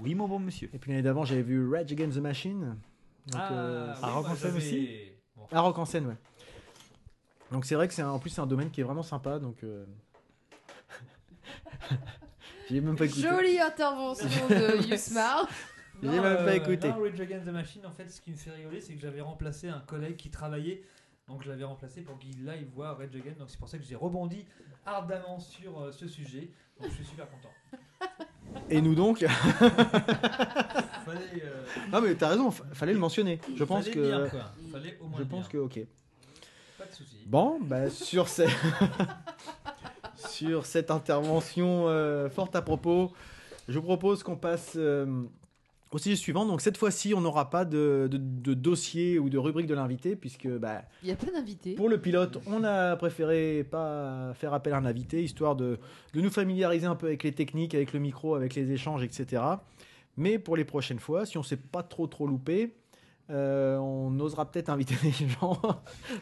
Oui, mon bon monsieur. Et puis l'année d'avant, j'avais vu Rage Against the Machine. Donc, Ah, euh, bah, oui, moi, j'avais- à Rock en scène, ouais. Donc, c'est vrai que c'est un- en plus, c'est un domaine qui est vraiment sympa. Donc, euh... <laughs> j'ai même pas écouté. Jolie intervention de Yusmar. J'ai même pas écouté. Non, Rage Against the Machine, en fait, ce qui me fait rigoler, c'est que j'avais remplacé un collègue qui travaillait. Donc je l'avais remplacé pour qu'il là il voit Rage Against. Donc c'est pour ça que j'ai rebondi ardemment sur euh, ce sujet. Donc je suis super content. Et nous donc <laughs> Fallait, euh, Non, mais t'as raison, fa- fallait le mentionner. Je pense fallait le dire, que. quoi. Fallait au moins Je le pense dire. que, ok. Pas de souci. Bon, bah, sur, ce- <laughs> sur cette intervention euh, forte à propos, je vous propose qu'on passe euh, au sujet suivant. Donc cette fois-ci, on n'aura pas de, de- de dossier ou de rubrique de l'invité, puisque bah, Il n'y a pas d'invité. pour le pilote, on a préféré pas faire appel à un invité, histoire de, de nous familiariser un peu avec les techniques, avec le micro, avec les échanges, etc. Mais pour les prochaines fois, si on ne s'est pas trop trop loupé, euh, on osera peut-être inviter <laughs> les gens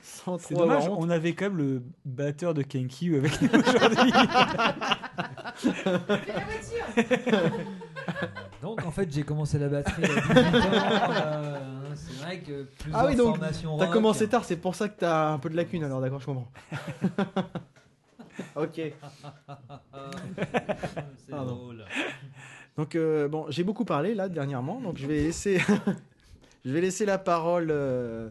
sans C'est trop avoir dommage, honte. on avait quand même le batteur de Kenki <laughs> avec nous aujourd'hui. <laughs> Donc en fait j'ai commencé la batterie. à <laughs> 18 ans, euh, hein, c'est vrai que plusieurs Ah oui, donc, formations T'as rock. hein. commencé tard, c'est pour ça que t'as un peu de lacunes alors, d'accord, je comprends. <laughs> ok. <laughs> Ah, c'est Pardon. drôle. Donc euh, bon, j'ai beaucoup parlé là dernièrement, donc je vais laisser, <laughs> je vais laisser la parole euh,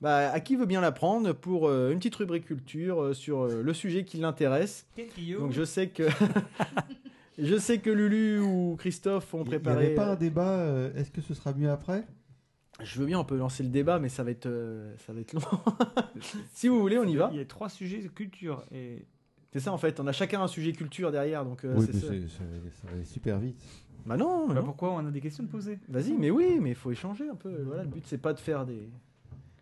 bah, à qui veut bien la prendre pour euh, une petite rubrique culture euh, sur euh, le sujet qui l'intéresse. Donc je sais que, <laughs> je sais que Lulu ou Christophe ont Il n'y avait préparé. pas un débat, euh, est-ce que ce sera mieux après Je veux bien, on peut lancer le débat, mais ça va être, euh, ça va être long. <laughs> si vous voulez, on y va. Il y a trois sujets de culture. Et... C'est ça en fait, on a chacun un sujet culture derrière, donc euh, Oui, c'est mais ça. c'est- ça va- ça va aller super vite. Bah non, Ah mais Voilà non. pourquoi on a des questions de <laughs> poser. Vas-y, mais oui, mais il faut échanger un peu. Voilà, le but c'est pas de faire des.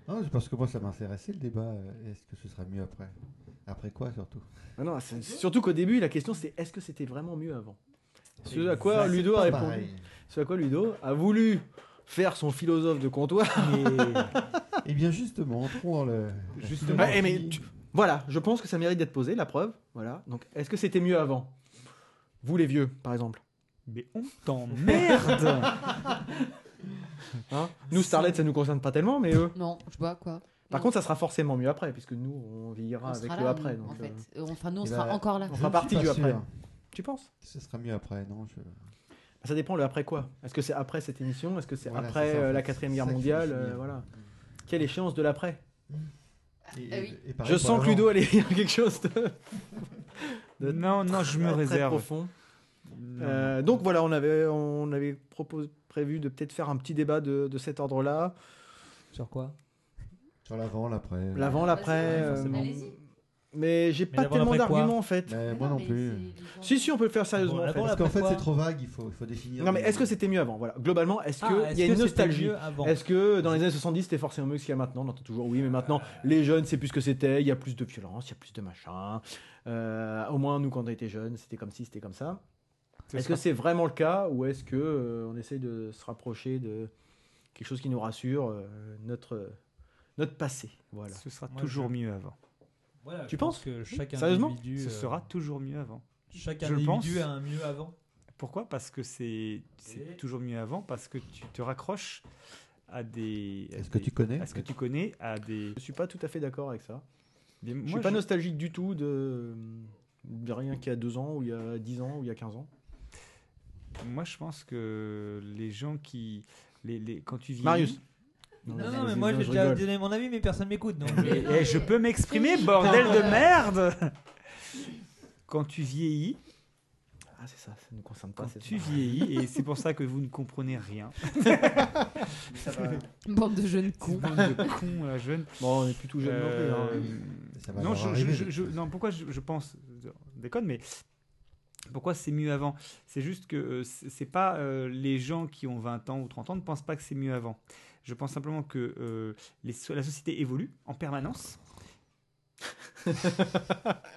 Non, c'est parce que moi ça m'intéressait le débat, euh, est-ce que ce sera mieux après Après quoi surtout Ah non, c'est- surtout qu'au début la question c'est est-ce que c'était vraiment mieux avant. Ce à quoi Bah, c'est Ludo a pas répondu. pareil. Ce à quoi Ludo a voulu faire son philosophe de comptoir. <laughs> Eh bien justement, entrons dans le... la Justement. Ouais, eh, mais philosophie. tu- Voilà, je pense que ça mérite d'être posé, la preuve. Voilà. Donc, est-ce que c'était mieux avant Vous les vieux, par exemple. Mais on t'emmerde Hein nous Starlet, ça nous concerne pas tellement, mais eux. Non, je vois quoi. Par Non. contre, ça sera forcément mieux après, puisque nous on on vieillira Ah, avec sera le là, après. nous, donc, en euh, fait. Euh, Enfin, nous, on Et sera bah, encore là. On Je fera ne partie suis du pas après. sûr. Tu penses Ce sera mieux après, non je- Ça dépend le après quoi. Est-ce que c'est après cette émission Est-ce que c'est Voilà, après c'est ça, en euh, la fait. quatrième C'est guerre ça qu'il faut mondiale finir. euh, Voilà. Quelle échéance de l'après <laughs> Et- Ah et- oui. eh et pareil Je pour sens que l'avant. Ludo allait dire quelque chose de, de Non, non, je me très réserve. profond. Euh, donc voilà, on avait, on avait propos- prévu de peut-être faire un petit débat de, de cet ordre-là. Sur quoi Sur l'avant, l'après. L'avant, l'après. Ouais, euh, c'est vrai, Allez-y. mais j'ai pas l'avant, tellement l'après quoi d'arguments en fait. Mais moi non plus. Si, si, on peut le faire sérieusement. Bon, en fait. l'avant, Parce Après qu'en fait, quoi c'est trop vague, il faut, il faut définir. Non, mais les- est-ce que c'était mieux avant Voilà. Globalement, est-ce qu'il Ah, y a est-ce que une c'était nostalgie mieux avant Est-ce que dans les années 70, c'était forcément mieux que ce qu'il y a maintenant On entend toujours oui, mais maintenant, les jeunes, c'est plus ce que c'était, il y a plus de violence, il y a plus de machin. Euh, au moins, nous, quand on était jeunes, c'était comme ci, c'était comme ça. Est-ce que c'est vraiment le cas ou est-ce que euh, on essaye de se rapprocher de quelque chose qui nous rassure, euh, notre, euh, notre passé Voilà. Ce sera Moi, toujours je- mieux avant. Voilà, Tu je pense penses que chaque Sérieusement individu, Ce euh, sera toujours mieux avant. chaque je individu pense. a un mieux avant. Pourquoi Parce que c'est c'est Et- toujours mieux avant, parce que tu te raccroches à des. à Est-ce que des- tu connais à ce que tu connais, à des. Je suis pas tout à fait d'accord avec ça. des- je moi, suis pas nostalgique du tout de, de rien qu'il y a deux ans ou il y a dix ans ou il y a 15 ans. Moi, je pense que les gens qui. Les, les- quand tu vieillis. Marius. Non, Non, non, mais mais je- moi j'ai je déjà rigole. eh, donné mon avis, mais personne m'écoute. Donc Et, je- et Eh, je peux m'exprimer, bordel de merde Quand tu vieillis, Ah, c'est ça, ça ne nous concerne pas. quand Ah, c'est tu ça. vieillis, et c'est pour ça que vous ne comprenez rien. Bande de jeunes Con, cons. de cons, la jeune. Bon, on est plutôt jeune non Euh, plus. hein. Ça va non, leur je- je- arriver, je- de je- toute non, pourquoi je, je pense, je déconne, mais pourquoi c'est mieux avant C'est juste que euh, c'est c'est pas euh, les gens qui ont 20 ans ou 30 ans ne pensent pas que c'est mieux avant. Je pense simplement que euh, les so- la société évolue en permanence.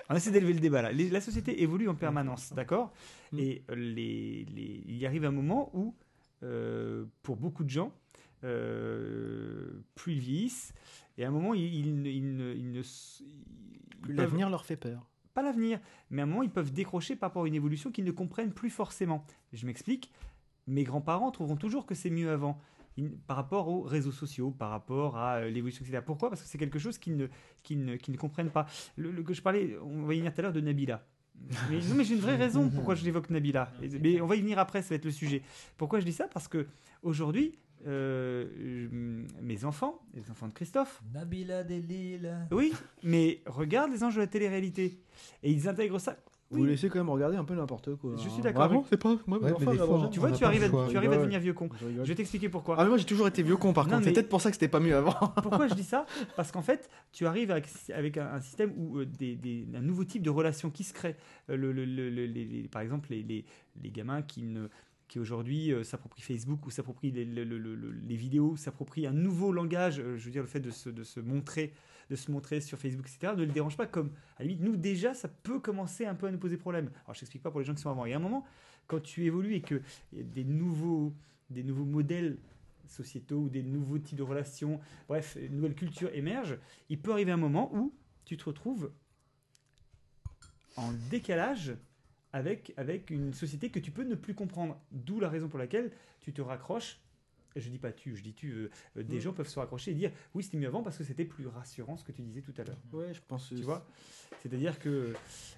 On essaie d'élever le débat là. Les- la société évolue en permanence, d'accord Mm. Et euh, les, les- il arrive un moment où, euh, pour beaucoup de gens, euh, plus ils vieillissent, et à un moment, ils, ils ne- ils ne- ils ne s- ils Plus peuvent- L'avenir leur fait peur. pas l'avenir, mais à un moment, ils peuvent décrocher par rapport à une évolution qu'ils ne comprennent plus forcément. Je m'explique, mes grands-parents trouveront toujours que c'est mieux avant, Ils- par rapport aux réseaux sociaux, par rapport à euh, l'évolution, etc. Pourquoi Parce que c'est quelque chose qu'ils ne, qu'ils ne, qu'ils ne comprennent pas. Le, le- que je parlais, on va y venir tout à l'heure de Nabila. Mais, non, mais j'ai une vraie raison pourquoi je l'évoque Nabila. Et- Mais on va y venir après, ça va être le sujet. Pourquoi je dis ça Parce que aujourd'hui, euh, je- mes enfants, les enfants de Christophe, Nabila Delila. oui, mais regarde les anges de la télé-réalité. Et ils intègrent ça. Vous Oui. laissez quand même regarder un peu n'importe quoi. Je hein. suis d'accord Vraiment, avec- c'est pas. Moi, mes Ouais, mais enfants, des vraiment, fois, j'aime. Tu On vois, n'a tu pas arrives, le à, choix. tu arrives à Ouais, devenir vieux con. Je rigole. Je vais t'expliquer pourquoi. Ah, mais moi, j'ai toujours été vieux con par Non, contre. mais- C'est peut-être pour ça que c'était pas mieux avant. Pourquoi je dis ça Parce qu'en fait, tu arrives avec, avec un, un système où euh, des, des- un nouveau type de relation qui se crée. Euh, le- le- le- le- les- les- par exemple, les, les- les gamins qui ne qui aujourd'hui euh, s'approprient Facebook ou s'approprient les, le- le- le- le- les vidéos, s'approprient un nouveau langage, euh, je veux dire le fait de se, de se montrer, de se montrer sur Facebook, etc. Ne le dérange pas comme à la limite nous déjà ça peut commencer un peu à nous poser problème. Alors je t'explique pas pour les gens qui sont avant. Il y a un moment quand tu évolues et que il y a des nouveaux des nouveaux modèles sociétaux ou des nouveaux types de relations bref, une nouvelle culture émerge, il peut arriver un moment où tu te retrouves en décalage avec, avec une société que tu peux ne plus comprendre. D'où la raison pour laquelle tu te raccroches. Je dis pas tu, je dis tu. euh, euh, des Mm. gens peuvent se raccrocher et dire oui, c'était mieux avant parce que c'était plus rassurant ce que tu disais tout à l'heure. Ouais, je pense. Tu vois C'est-à-dire que.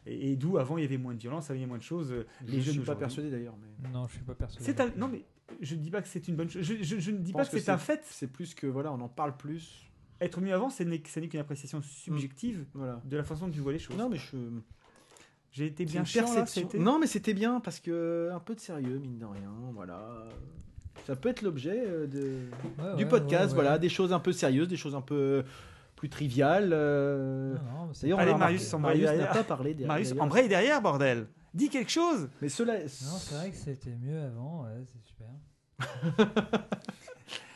Et, et d'où avant il y avait moins de violence, avant il y avait moins de choses. euh, Je Les jeunes suis pas aujourd'hui- persuadé d'ailleurs, mais. Non, je suis pas persuadé. C'est un- Non mais je dis pas que c'est une bonne chose. Je, je- je ne dis Je pas pense que que c'est un fait. C'est plus que voilà, on en parle plus. Être mieux avant, ce n'est ce n'est qu'une appréciation subjective Voilà. de la façon dont tu vois les choses. Non, mais je. J'ai été c'est bien une chiant, là, perception. c'était- Non, mais c'était bien parce que un peu de sérieux, mine de rien. Voilà. Ça peut être l'objet euh, de. Ah Ouais, du ouais, podcast, ouais, ouais. voilà, des choses un peu sérieuses, des choses un peu plus triviales. Non, euh, non, mais c'est- D'ailleurs, on Allez, a remarqué- Marius, en Marius braille n'a derrière. pas parlé des Marius, en braille derrière, bordel Dis <laughs> quelque chose Mais cela, Non, c'est vrai que c'était mieux avant, ouais, c'est super.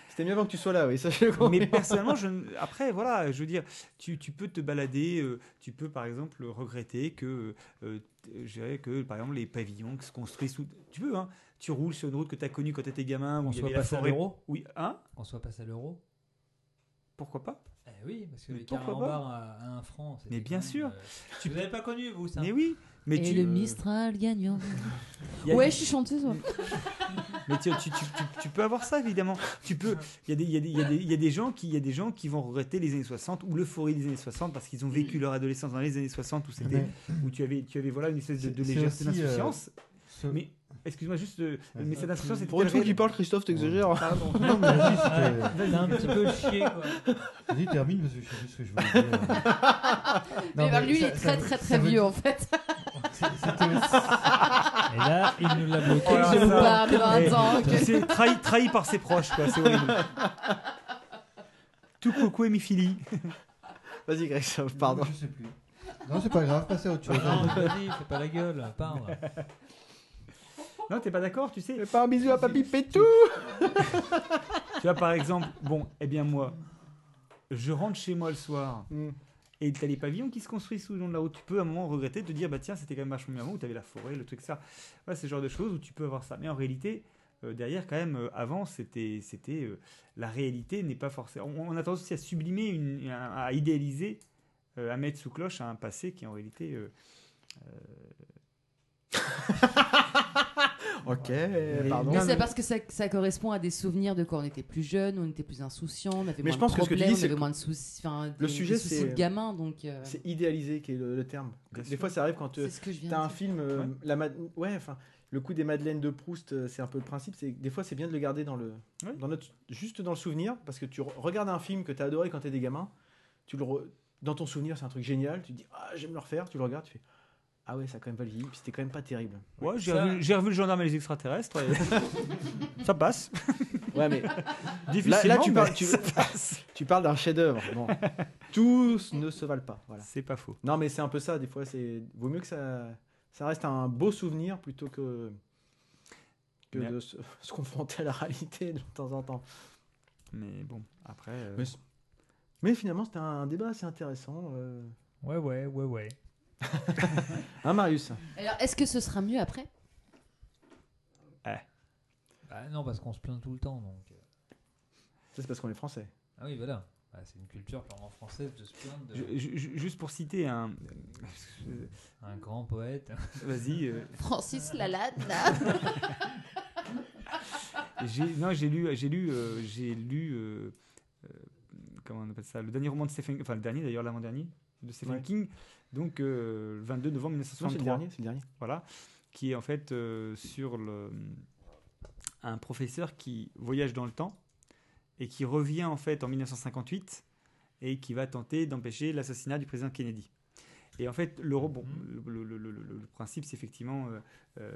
c'était mieux avant que tu sois là, oui, ça je le comprends. Mais personnellement, je... ne- après, voilà, je veux dire, tu, tu peux te balader, euh, tu peux par exemple regretter que, euh, t- je dirais que par exemple, les pavillons qui se construisent sous. Tu peux, hein Tu roules sur une route que tu as connue quand tu étais gamin, où On il y soit avait la passé à forêt. l'euro Oui, hein On soit passé à l'euro Pourquoi pas Eh oui, parce que Mais les pourquoi carambars à, à un franc. c'était Mais bien quand même, sûr. euh, Vous n'avez pas connu, vous, ça Mais oui mais Et tu, euh, euh, le Mistral gagnant. il y a- Ouais, je suis chanteuse. moi. Mais tu, tu- tu- tu- tu peux avoir ça, évidemment. Tu peux. Il y a des- il y, a des- il y a des- il y a des gens qui, il y a des gens qui vont regretter les années 60 ou l'euphorie des années 60 parce qu'ils ont vécu leur adolescence dans les années 60 où façon. c'était, où tu avais, tu avais voilà une espèce de, de C'est- c'est légèreté aussi, euh, d'insouciance. Ce- Mais excuse-moi juste, euh, Ouais. mais cette insouciance était Pour une fois qu'il parle, Christophe, t'exagères. <laughs> Non, mais vas-y, c'était- T'as un petit peu chié, quoi. vas-y, termine parce que je sais plus ce que je <laughs> voulais dire. Non, Mais bah, lui, il ça- est ça- très ça très très veut- vieux en fait. c'est- C'était aussi- Et là, il nous l'a bloqué. Oh là je vous ça. parle de 20 Eh, ans. que- C'est trahi, trahi par ses proches, quoi. C'est <laughs> horrible. Tout coucou et Mifili. Vas-y, Christophe, <laughs> pardon. Je sais plus. Non, c'est pas grave, passez à autre chose. Ah. Non, vas-y, fais pas la gueule, parle. Non, t'es pas d'accord, tu sais. Fais pas un bisou à Papy Pétou Tu vois, par exemple, bon, eh bien, moi, je rentre chez moi le soir. Mm. Et t'as les pavillons qui se construisent sous le long de la route. Tu peux à un moment regretter de te dire, bah tiens, c'était quand même vachement mieux avant où t'avais la forêt, le truc, ça. Ouais, c'est le genre de choses où tu peux avoir ça. Mais en réalité, euh, derrière, quand même, euh, avant, c'était. c'était euh, la réalité n'est pas forcément. On, on a tendance aussi à sublimer, une, à, à idéaliser, euh, à mettre sous cloche un passé qui, en réalité. euh, Ok, Mais- pardon. Mais Non, c'est mais- parce que ça, ça correspond à des souvenirs de quand on était plus jeune, on était plus insouciant, on avait Mais moins je pense de que ce que tu problèmes, dis, c'est on que avait moins de soucis. Enfin, des- le sujet, des soucis c'est- de gamin, donc. euh, C'est idéalisé qui est le, le terme. Bien des sûr. fois, ça arrive quand euh, c'est ce que je viens de t'as un dire. film, euh, Ouais. la ma- ouais, enfin, le coup des madeleines de Proust, euh, c'est un peu le principe. C'est que des fois, c'est bien de le garder dans le, Ouais. dans notre, juste dans le souvenir, parce que tu re- regardes un film que t'as adoré quand t'es des gamins, tu le, re- dans ton souvenir, c'est un truc génial. Tu te dis, ah, j'aime le refaire. Tu le regardes, tu fais, ah ouais, ça a quand même pas vieilli. Puis c'était quand même pas terrible. Ouais, j'ai Ça- revu, j'ai revu le gendarme et les extraterrestres. <laughs> et- ça passe. Ouais, <laughs> mais Difficilement. là, tu mais <laughs> parles- tu- ça passe. tu parles d'un chef-d'œuvre. Bon, tous ne se valent pas. Voilà. C'est pas faux. Non, mais c'est un peu ça. Des fois, c'est vaut mieux que ça, ça reste un beau souvenir plutôt que que Mais- de se, <laughs> se confronter à la réalité de temps en temps. Mais bon, après. euh, Mais- Mais finalement, c'était un débat assez intéressant. euh. Ouais, ouais, ouais, ouais. Hein, Marius Alors, est-ce que ce sera <laughs> mieux après Bah non, parce qu'on se plaint tout le temps, donc. Ça, c'est parce qu'on est français. euh. Ah oui, voilà. Bah, c'est une culture purement française de se plaindre euh, de ju- ju- ju- juste pour citer un. <laughs> un grand poète. Vas-y. euh, Francis Lalanne j'ai- non, j'ai lu, j'ai lu, euh, j'ai lu. euh, euh, comment on appelle ça Le dernier roman de Stephen, enfin le dernier d'ailleurs, l'avant-dernier de Stephen Ouais. King. Donc euh, le 22 novembre Non, c'est le 1963. dernier, c'est le dernier. voilà, qui est en fait euh, sur le, un professeur qui voyage dans le temps et qui revient en fait en 1958 et qui va tenter d'empêcher l'assassinat du président Kennedy. Et en fait, le, ro- bon, le, le- le- le- le principe, c'est effectivement, euh, euh,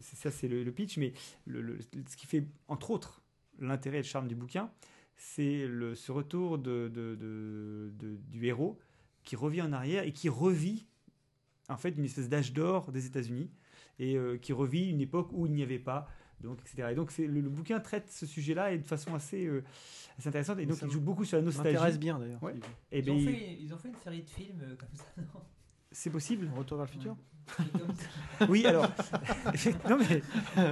c'est- ça c'est le, le pitch, mais le- le- ce qui fait, entre autres, l'intérêt et le charme du bouquin, c'est le- ce retour de, de- de- de- du héros qui revient en arrière et qui revit en fait une espèce d'âge d'or des États-Unis et euh, qui revit une époque où il n'y avait pas donc etc et donc c'est le, le bouquin traite ce sujet-là et de façon assez, euh, assez intéressante et donc Ça il joue beaucoup sur la Ça m'intéresse nostalgie bien d'ailleurs. Ouais. Il- Eh et ils, ont ben, fait, ils ont fait une série de films euh, <laughs> comme ça, non c'est possible Retour vers le futur. Et comme ça, oui alors <laughs> non mais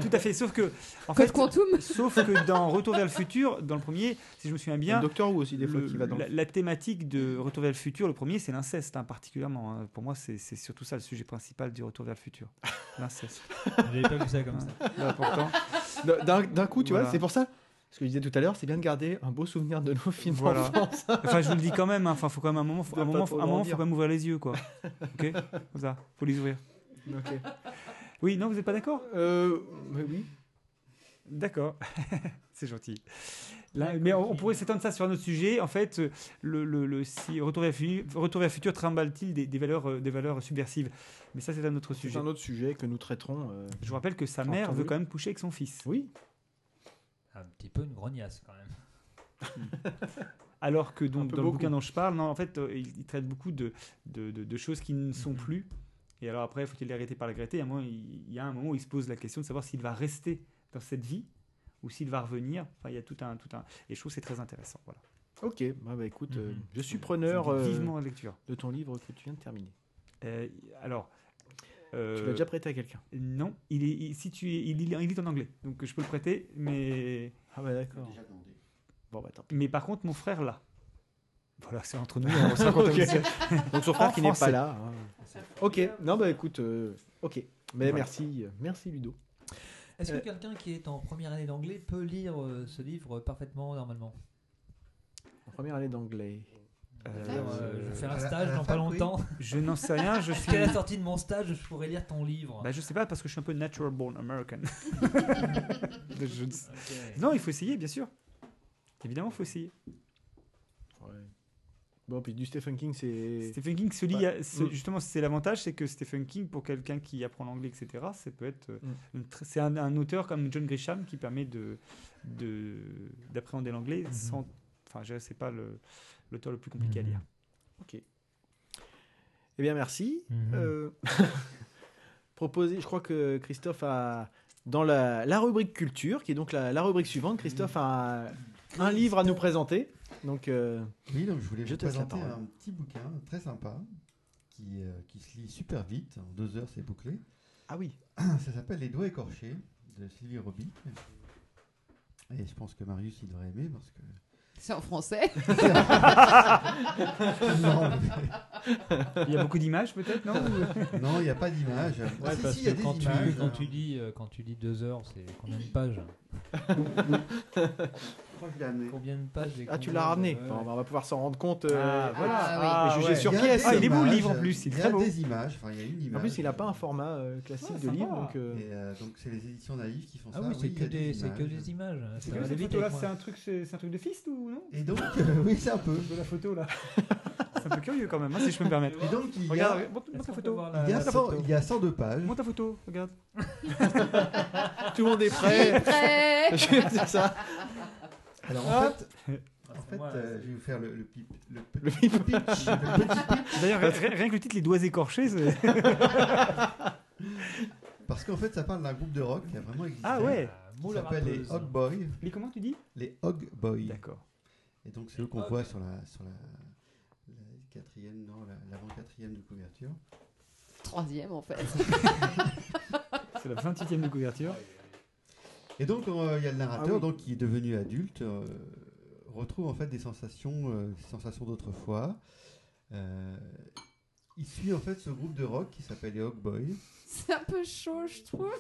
tout à fait sauf que en Code fait Quantum sauf que dans Retour vers le futur dans le premier si je me souviens bien Le Docteur Who aussi des fois le- qui va dans. la, la thématique de Retour vers le futur, le premier, c'est l'inceste, hein, particulièrement. hein. Pour moi, c'est c'est surtout ça le sujet principal du Retour vers le futur. L'inceste. J'avais pas vu ça comme ça. Là, pourtant, D'un- D'un d'un coup, tu Voilà. vois, c'est pour ça. Ce que je disais tout à l'heure, c'est bien de garder un beau souvenir de nos films Voilà. d'enfance. <laughs> Enfin, je vous le dis quand même. hein. Enfin, faut quand même un moment, faut, De un pas moment, trop faut- un moment, faut grandir. quand même ouvrir les <laughs> yeux, quoi. Ok, comme ça, faut les ouvrir. Ok. Oui, non, vous n'êtes pas d'accord Euh, mais oui. D'accord, <laughs> c'est gentil. Là, mais on, on pourrait s'étendre ça sur un autre sujet. En fait, euh, le, le- le- si Retour vers le fu- Retour vers le futur trimballe-t-il des, des valeurs, euh, des valeurs subversives Mais ça, c'est un autre C'est sujet. un autre sujet que nous traiterons. euh, Je vous rappelle que sa Enfin, mère entendu. veut quand même coucher avec son fils. Oui. un petit peu une grognasse quand même. Alors que Un donc peu dans le beaucoup. bouquin dont je parle, non, en fait, euh, il, il traite beaucoup de, de, de- de choses qui ne Mhm. sont plus. Et alors après, faut-il les arrêter par la regretter À un moment, Il il y a un moment où il se pose la question de savoir s'il va rester dans cette vie ou s'il va revenir. Enfin, il y a tout un, tout un. Et je trouve que c'est très intéressant. Voilà. Ok. Bah, bah, écoute, euh, Mhm. je suis Je preneur vous invite euh, vivement à la lecture. de ton livre que tu viens de terminer. Euh, alors. euh, Tu l'as déjà prêté à quelqu'un. Non, il est, il- si tu, il, il, il est en anglais, donc je peux le prêter, mais, Ah bah d'accord. Bon bah tant pis. mais par contre mon frère là. Voilà, c'est entre nous, <laughs> on se raconte Ok. comme ça. Donc son En frère qui n'est français. pas là. hein. Ok. Non bah écoute. euh, ok. Mais Voilà. merci, euh, merci Ludo. Est-ce Euh, que quelqu'un qui est en première année d'anglais peut lire euh, ce livre parfaitement normalement La première année d'anglais. Euh, Euh, Je vais faire Ah, à un la- à stage la dans fac, pas oui. longtemps. <laughs> je n'en sais rien, je Est-ce suis qu'à la sortie de mon stage, je pourrais lire ton livre Bah, je sais pas, parce que je suis un peu natural born American. Je ne sais- Ok. Non, il faut essayer, bien sûr. Évidemment, il faut essayer. Ouais. Bon, puis du Stephen King, c'est. Stephen King se lie Ouais. à- se- Mm. justement c'est l'avantage c'est que Stephen King pour quelqu'un qui apprend l'anglais etc ça peut être euh, Mm. une tr- c'est un, un auteur comme John Grisham qui permet de de- d'appréhender l'anglais sans enfin je dirais, c'est pas le l'auteur le plus compliqué à lire Eh bien, merci. Hmm. Mhm. Euh, <laughs> Proposé, je crois que Christophe a. Dans la, la rubrique culture, qui est donc la, la rubrique suivante, Christophe a un livre à nous présenter. Donc, euh, Oui, donc je voulais Je vous te laisse la présenter parole. un petit bouquin très sympa qui, euh, qui se lit super vite. En deux heures, c'est bouclé. <clears throat> ah oui, Ça s'appelle Les doigts écorchés de Sylvie Robic. Et je pense que Marius, il devrait aimer parce que. C'est en français Non, il y a beaucoup d'images peut-être non non, il n'y a pas d'image. Ah, si, parce si, il y a que des quand, images. tu, quand, tu <laughs> dis, euh, quand tu dis deux heures, c'est combien de pages Je crois que je l'ai amené. Combien de pages et ah, tu combien l'as de- ramené. ouais. Bon, on va pouvoir s'en rendre compte. euh, Ah, voilà. Ah, Et juger sur Il y a qui est-ce des Ah, il est beau, le images. livre, en plus, il est Il y très a beau. des images. Enfin, il y a une image. En plus, il n'a pas un format euh, classique Ouais, de sympa. livre. Donc, euh, Et, euh, donc, c'est les éditions naïves qui font Ah ça. oui, c'est il y que, a des- c'est que images. des images. c'est Ça que va la aller photo là vite, c'est moi. un truc c'est c'est un truc de fist ou non Et donc, <laughs> euh, oui, c'est un peu. de la photo là c'est un peu curieux quand même hein, si je peux me permettre Et donc, il y a, regarde montre montre Est-ce ta qu'on peut photo voir la- il y a, la 100 photo il y a 102 pages. montre ta photo regarde tout le monde est Prêt, prêt. <laughs> prêt C'est ça. Alors, en fait, Ah, en c'est fait moi, euh, c'est- je vais vous faire le, le, pip- le Le petit pip. pitch. le petit pitch. d'ailleurs rien, rien que le titre les doigts écorchés c'est- Parce qu'en fait, ça parle d'un groupe de rock qui a vraiment existé. <laughs> ah ouais Ah, Qui moule à s'appelle les rappeuse. Hog Boys. les comment tu dis Les Hog Boys. d'accord Et donc, c'est eux qu'on Hog. voit sur la, sur la, la quatrième, non, la- l'avant-quatrième de couverture. <laughs> Troisième en fait. C'est la 28e de couverture. Et donc, euh, il y a le narrateur Ah oui. donc, qui est devenu adulte, euh, retrouve en fait des sensations, euh, des sensations d'autrefois. Euh, il suit en fait ce groupe de rock qui s'appelle les Hog Boys. C'est un peu chaud, je trouve.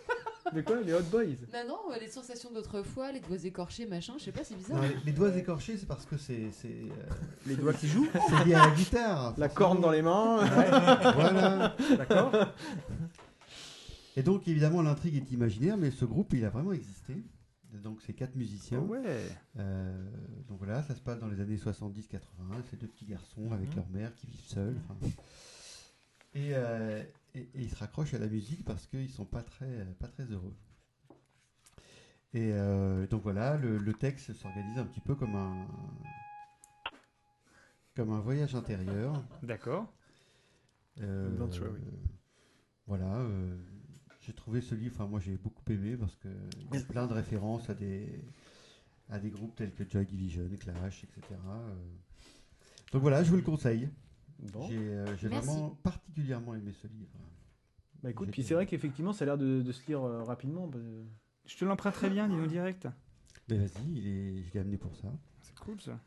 De quoi Les Hot Boys Non, non, euh, les sensations d'autrefois, les doigts écorchés, machin, je sais pas, c'est Non, bizarre. les, les doigts écorchés, c'est parce que c'est c'est, euh, Les doigts qui jouent c'est lié à la guitare. La corne dans les mains. Voilà. D'accord Et donc, évidemment, l'intrigue est imaginaire, mais ce groupe, il a vraiment existé. Donc, c'est quatre musiciens. Ouais. Euh, donc voilà, ça se passe dans les années 70-80. Ces deux petits garçons avec Mhm. leur mère qui vivent seuls. enfin. Et, euh, et- et ils se raccrochent à la musique parce qu'ils sont pas très, euh, pas très heureux. Et euh, donc voilà, le, le texte s'organise un petit peu comme un, comme un voyage intérieur. D'accord. Euh, Adventure, oui. Voilà, euh, j'ai trouvé ce livre, enfin, moi j'ai beaucoup aimé parce que il y a plein de références à des, à des groupes tels que Joy Division, Clash, etc. euh. Donc voilà, je vous le conseille. <laughs> Bon. J'ai euh, j'ai Merci. vraiment particulièrement aimé ce livre. Bah écoute, puis c'est vrai qu'effectivement, ça a l'air de, de se lire euh, rapidement. bah, euh, Je te l'emprunte très bien, dis-nous direct. Mais vas-y, il est- je l'ai amené pour ça. C'est cool ça.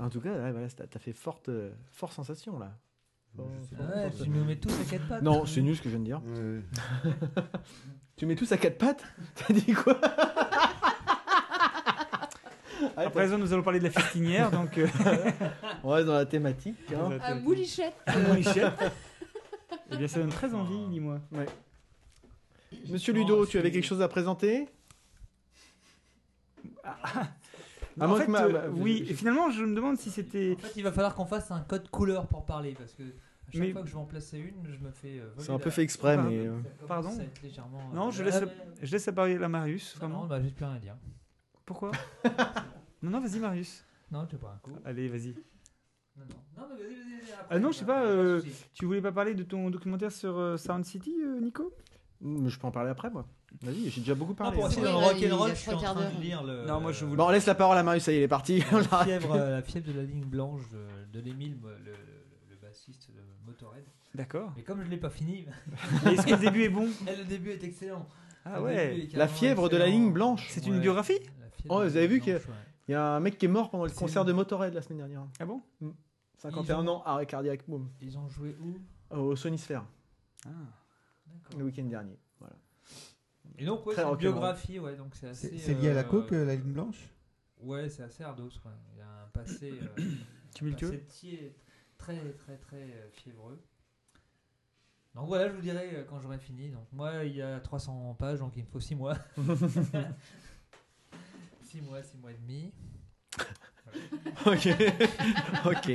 En tout cas, ouais, voilà, t'as t'as fait forte, euh, forte sensation là. Bon. Je sais pas. Ouais, tu nous mets tous à quatre pattes. Non, <laughs> c'est nul ce que je viens de dire. Euh, Tu mets tous à quatre pattes <laughs> T'as dit quoi À Allez, présent, nous allons parler de la <laughs> fistinière, donc. euh, On reste dans la thématique. hein. Un Euh, moulichette Moulichette. Ah, Eh bien, ça donne très envie, dis-moi. Monsieur Ludo, tu avais quelque chose à présenter À Ah, En moins fait, que ma- euh, ma- oui, je- et finalement, je me demande si c'était. En fait, il va falloir qu'on fasse un code couleur pour parler parce que à chaque Mais- fois que je vais en placer une, je me fais. euh, voler C'est un peu la- fait exprès, Pardon. mais. euh, Ça commence Pardon à être légèrement, euh, Non, je laisse, ah, la... mais- je laisse la parole à Marius, Non, vraiment. bah, j'ai plus rien à dire. <laughs> Pourquoi Non, non, vas-y, Marius. Non, je bois un coup. Allez, vas-y. Non, non. Non, mais vas-y, vas-y, vas-y, après, Ah non, je sais pas, y a de euh, souci. Tu voulais pas parler de ton documentaire sur euh, Sound City, euh, Nico mais Je peux en parler après, moi. Vas-y, j'ai déjà beaucoup Non, parlé. pour hein. rester Oui, dans le là, il y a rock'n'roll, je suis trois en quarts train de d'heure. lire le. Non, moi, je voulais- Bon, laisse la parole à Marius, ça y est, il est parti. <laughs> On La l'arrête. fièvre, euh, la fièvre de la ligne blanche euh, de l'Emile, le, le, le bassiste de Motorhead. D'accord. Mais comme je l'ai pas fini, <laughs> Mais Est-ce que le début est bon eh, le début est excellent. Ah Le début est ouais. La carrément fièvre de la excellent. ligne blanche. C'est une Ouais. biographie La fièvre Oh, de vous la avez vu ligne que- blanche, ouais. Il y a un mec qui est mort pendant le C'est concert une- de Motorhead la semaine dernière. Ah bon 51 Ils ont- ans, arrêt cardiaque, boum. Ils ont joué où Au Sony Sphere, Ah. D'accord. le week-end dernier. Voilà. Et donc, ouais, Très c'est une rock'n'roll. biographie, ouais, donc c'est assez. C'est c'est lié à la euh, coke, euh, la ligne blanche Ouais, c'est assez ardos, quoi. Il a un passé. euh, un Tumultueux passé tié- très, très, très euh, fiévreux. Donc voilà, je vous dirai euh, quand j'aurai fini. Donc moi, il y a 300 pages, donc il me faut 6 <laughs> mois. 6 mois, 6 mois et demi. Voilà. Ok. <laughs> ok.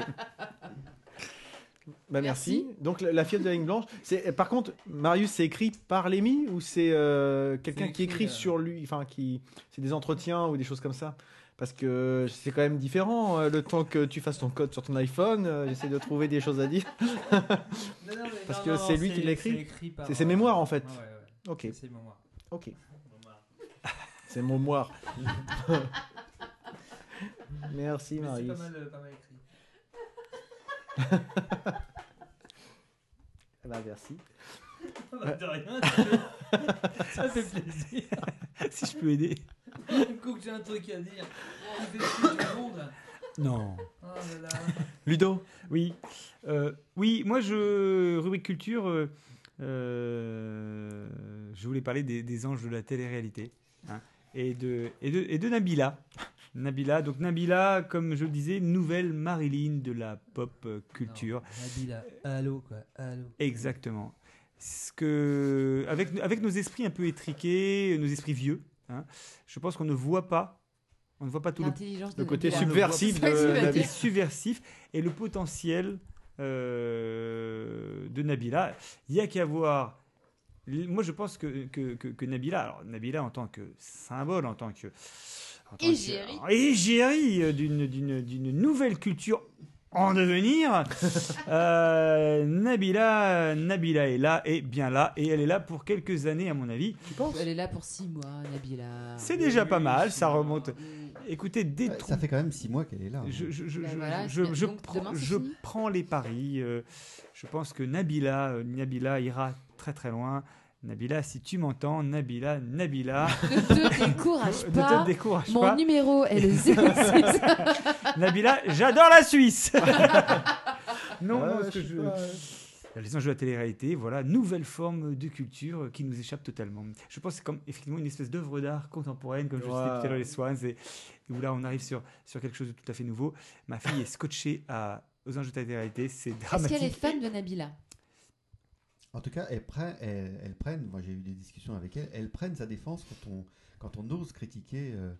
Bah, merci. Donc la, la fièvre de la ligne blanche. C'est par contre Marius c'est écrit par Lémi ou c'est euh, quelqu'un C'est qui écrit, écrit euh, sur lui, enfin qui c'est des entretiens ou des choses comme ça. Parce que c'est quand même différent euh, le temps que tu fasses ton code sur ton iPhone. euh, J'essaie de trouver des choses à dire. Non, non, mais Parce non, que non, c'est lui qui l'écrit. C'est écrit par- C'est ses mémoires, en fait. Ouais, ouais, ouais. Ok, C'est ses mémoires. ok. C'est mon moire. <laughs> merci Mais c'est Marius. pas mal, euh, pas mal <laughs> écrit. Bah, merci. Ah bah, <laughs> de rien. ça fait plaisir. <laughs> si je peux aider. Du coup, que j'ai <laughs> un truc à dire. Oh, il fait chier tout le monde. Non. Oh là là. Ludo. Oui. Euh, oui, moi, je. Rubrique culture. euh, euh, je voulais parler des, des anges de la télé-réalité. hein, et, de, et, de, et de Nabila. Nabila, donc Nabila, comme je le disais, nouvelle Marilyn de la pop euh, culture. Nabila, allô quoi, allô. Exactement. Ce que, avec, avec nos esprits un peu étriqués, nos esprits vieux, hein, je pense qu'on ne voit pas, on ne voit pas tout le L'intelligence Le de côté Nabila. subversif C'est ça que de tu vas la côté dire. subversif et le potentiel euh, de Nabila. Il y a qu'à voir. Moi, je pense que, que, que- que Nabila, alors Nabila en tant que symbole, en tant que. en tant que- Égérie. égérie euh, d'une- d'une d'une nouvelle culture en devenir. <laughs> Euh, Nabila, Nabila est là, et bien là, et elle est là pour quelques années, à mon avis. Tu penses Elle est là pour six mois, Nabila. C'est déjà pas mal, ça remonte. Mm. Écoutez, des Ouais, Ça fait quand même six mois qu'elle est là. hein. je, je- je- Bah je- voilà, je- c'est- je donc prends- demain, c'est je fini prends les paris. euh, je pense que Nabila, euh, Nabila ira très très loin. Nabila, si tu m'entends, Nabila, <laughs> Nabila, euh, Ne te ne décourage te pas. décourage Mon pas. numéro est le 06. Nabila, j'adore la <laughs> Suisse. non, Ah, Ouais, non, ce que je sais je- pas. Les enjeux de la télé-réalité, voilà, nouvelle forme de culture euh, qui nous échappe totalement. Je pense que c'est comme effectivement une espèce d'œuvre d'art contemporaine, comme je le citais tout à l'heure, les Swans, et, et où là on arrive sur, sur quelque chose de tout à fait nouveau. Ma fille est scotchée à, aux enjeux de la télé-réalité, c'est Est-ce dramatique. qu'elle est fan de Nabila En tout cas, elles prennent, elles, elles prennent moi j'ai eu des discussions avec elles, elles prennent sa défense quand on, quand on ose critiquer euh,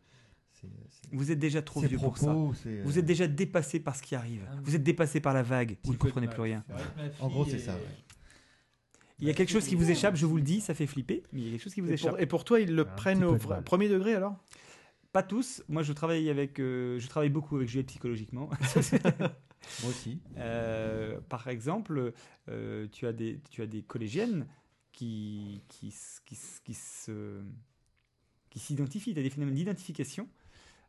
ses, ses- Vous êtes déjà trop ses vieux pour ça. propos. ses, Vous euh, êtes déjà dépassé par ce qui arrive. Ah oui. Vous êtes dépassé par la vague. Vous ne Petit peu de comprenez mal. plus rien. C'est vrai que ma En gros, fille c'est est- ça. ouais. Il y a quelque chose qui vous échappe, je vous le dis, ça fait flipper, mais il y a quelque chose qui vous Et échappe. pour, et pour toi, ils le Un prennent petit au peu de vrai- mal. premier degré alors Pas tous. Moi, je travaille avec, euh, je travaille beaucoup avec Juliette psychologiquement. Moi aussi. Euh, par exemple, euh, tu as des, tu as des collégiennes qui, qui, s- qui, s- qui se, qui s'identifient. Tu as des phénomènes d'identification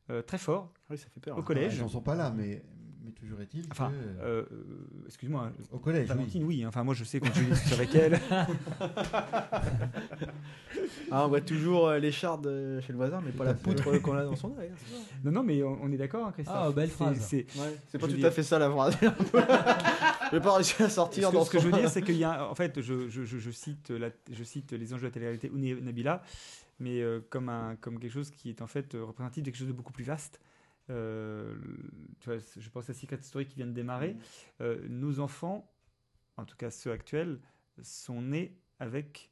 euh, très forts. Oui, ça fait peur. hein. Au collège. Ils n'en sont pas là, mais, mais toujours est-il Enfin, que, euh, euh, excuse-moi, au collège, oui. Valentine, oui. Enfin, moi, je sais quand je discute avec elle. <laughs> Ah, on voit toujours euh, l'écharde euh, chez le voisin, mais pas la à fait. poutre euh, qu'on a dans son oreille. <laughs> Non, non, mais on, on est d'accord, hein, Christophe. Ah, belle C'est- phrase. c'est- C'est pas Je tout veux à fait ça la phrase. <laughs> Je vais pas réussir à ce sortir que, dans ce que je veux son- dire, c'est qu'il y a, en fait, je, je, je, je cite la, je cite les enjeux de la télé-réalité ou Né- Nabila, mais euh, comme un, comme quelque chose qui est en fait euh, représentatif de quelque chose de beaucoup plus vaste. Euh, tu vois, je pense à Secret Story qui vient de démarrer. Mm. Euh, nos enfants, en tout cas ceux actuels, sont nés avec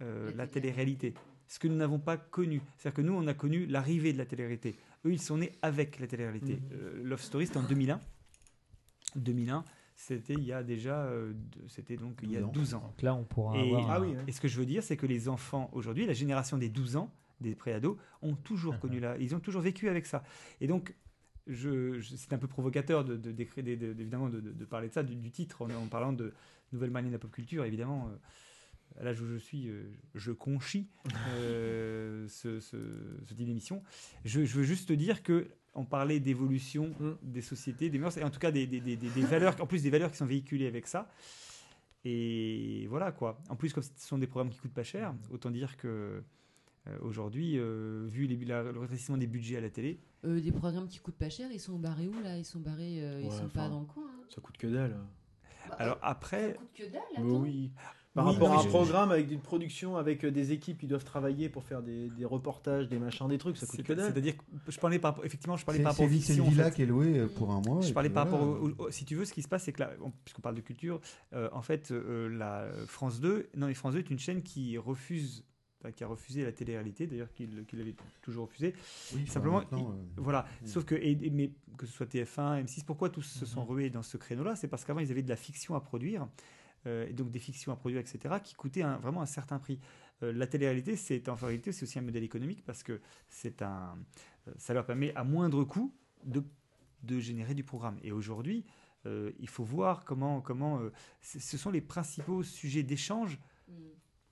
euh, La la télé. télé-réalité. Ce que nous n'avons pas connu. C'est-à-dire que nous, on a connu l'arrivée de la télé-réalité. Eux, ils sont nés avec la télé-réalité. Mhm. Euh, Love Story, c'était en 2001. 2001, c'était il y a déjà. euh, de- c'était donc il y a 12 ans. 12 ans. Donc là, on pourra Et, avoir. Ah un- oui, ouais. et ce que je veux dire, c'est que les enfants aujourd'hui, la génération des 12 ans, des préados, ont toujours Mhm. connu là. Ils ont toujours vécu avec ça. Et donc, je, je- c'est un peu provocateur de, de, d'écrire- de- de- évidemment de, de- de parler de ça, du, du titre, en, en parlant de nouvelle manière de la pop culture. Évidemment, euh, à l'âge où je suis, euh, <laughs> je conchis euh, ce, ce, ce type d'émission. Je, je veux juste te dire que on parlait d'évolution Mm. des sociétés, des mœurs, et en tout cas des, des- des- des- des valeurs, en plus des valeurs qui sont véhiculées avec ça. Et voilà quoi. En plus, comme ce sont des programmes qui coûtent pas cher, Mm-hmm. autant dire que euh, aujourd'hui, euh, vu les- la- le rétrécissement des budgets à la télé, Euh, Des programmes qui coûtent pas cher, ils sont barrés où là Ils sont barrés, euh, ils Ouais, sont enfin, pas dans le coin. hein. Bah, Ça coûte que dalle. Bah Alors après, coûte que dalle, Mais oui. Par Oui, rapport non, à un mais- programme avec une production, avec euh, des équipes qui doivent travailler pour faire des, des reportages, des machins, des trucs, ça coûte c'est- que dalle. c'est-à-dire que je parlais par, effectivement, je parlais C'est par rapport c'est aux vi- c'est une fictions. en villa fait. qui est louée euh, pour un mois. Je et parlais puis par rapport, voilà. au- au- si tu veux, ce qui se passe, c'est que là, on- puisqu'on parle de euh, culture, euh, en fait, euh, la France 2, non mais France 2 est une chaîne qui refuse enfin, qui a refusé la télé-réalité, d'ailleurs qu'il qu'il avait toujours refusé. Oui, enfin, Simplement, maintenant, euh, Voilà. Mm. Mm-hmm. Sauf que, et- et- mais que ce soit TF1, M6, pourquoi tous se sont rués dans ce créneau-là C'est parce qu'avant, ils avaient de la fiction à produire, euh, et donc des fictions à produire, etc., qui coûtaient un- vraiment un certain prix. Euh, la télé-réalité, c'est en réalité, c'est aussi un modèle économique parce que c'est un, euh, ça leur permet à moindre coût de, de générer du programme. Et aujourd'hui, euh, il faut voir comment, comment euh, c- ce sont les principaux sujets d'échange Mm,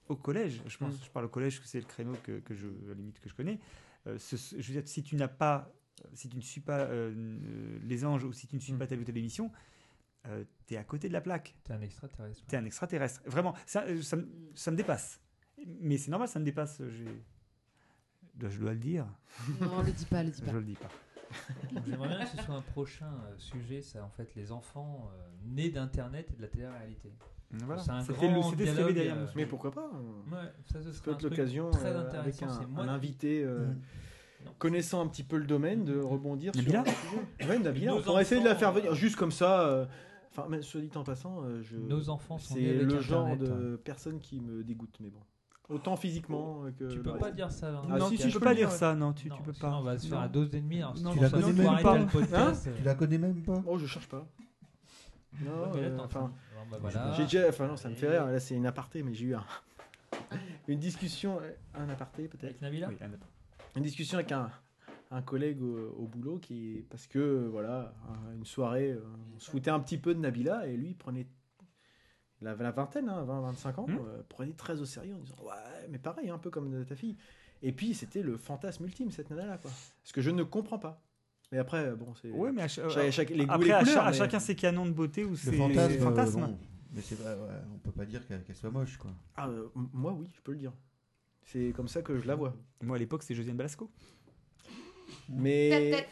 au collège, je pense, je parle au collège, que c'est le créneau que, que je, à la limite, que je connais. Euh, ce- ce- je veux dire, si tu n'as pas, si tu ne suis pas euh, euh, les anges ou si tu ne suis Mm. pas telle ou telle émission, euh, t'es à côté de la plaque. T'es un extraterrestre. T'es un extraterrestre. Vraiment, ça, euh, ça, me- mm. ça me dépasse. Mais c'est normal, ça me dépasse. euh, j'ai- Dois- Je dois le dire. Non, le dis pas, le dis Je pas. le dis pas. Donc, <laughs> J'aimerais bien que ce soit un prochain euh, sujet, ça, en fait, les enfants euh, nés d'Internet et de la télé-réalité. Voilà. C'est un C'était le- grand c'était ce qu'il y avait dialogue, derrière. euh, mon- Mais pourquoi pas hein. Ouais, ça, ce Ça serait peut un être truc l'occasion très euh, avec intéressant. un, C'est moi un invité euh, Mm. connaissant un petit peu le domaine de rebondir Nabila sur le sujet. Ouais, Nabila, Nos on pourrait essayer de la enfants, faire venir euh, juste comme ça. euh, Enfin, mais soit dit en passant, euh, je... Nos enfants sont nés c'est avec le genre Internet. hein. de personne qui me dégoûte, mais bon. Autant physiquement euh, que. Oh, Tu le peux pas reste. dire ça. hein. Vincent. Ah, non, si, si, tu je peux peux pas le dire, dire ouais. ça. Non, tu, Non, tu peux sinon pas. on va se Non. faire à dose d'ennemis. Alors, hein, si Non, tu non, la ça, connais non, même même pas, pas. le podcast. euh, Tu la connais même pas Oh, je cherche <laughs> pas. Non, Ouais, mais là, euh, t'es en train- enfin. Bon, bah, voilà. J'ai déjà, enfin non, ça me fait Et- rire. Là, c'est une aparté, mais j'ai eu un- <laughs> une discussion, euh, un aparté peut-être, Avec Nabila Oui, Anna. une discussion avec un, un collègue au, au boulot qui, parce que euh, voilà, un- une soirée, euh, on se foutait un petit peu de Nabila et lui prenait la, la vingtaine, hein, 20, 25 ans, Mhm. euh, prenait très au sérieux en disant ouais, mais pareil, hein, un peu comme de ta fille. Et puis c'était le fantasme ultime cette nana-là, quoi. Ce que je ne comprends pas. Mais après, bon, c'est Ouais, mais à cha- cha- chaque- les goûts, après, les à, couleurs, cha- à mais- chacun ses canons de beauté ou ses Le fantasme. ses euh, fantasmes. bon. Mais c'est pas- ouais, on peut pas dire qu'elle qu'elle soit moche, quoi. Ah, euh, m- moi, oui, je peux le dire. C'est comme ça que je la vois. Moi, à l'époque, c'était Josiane Balasco. Mais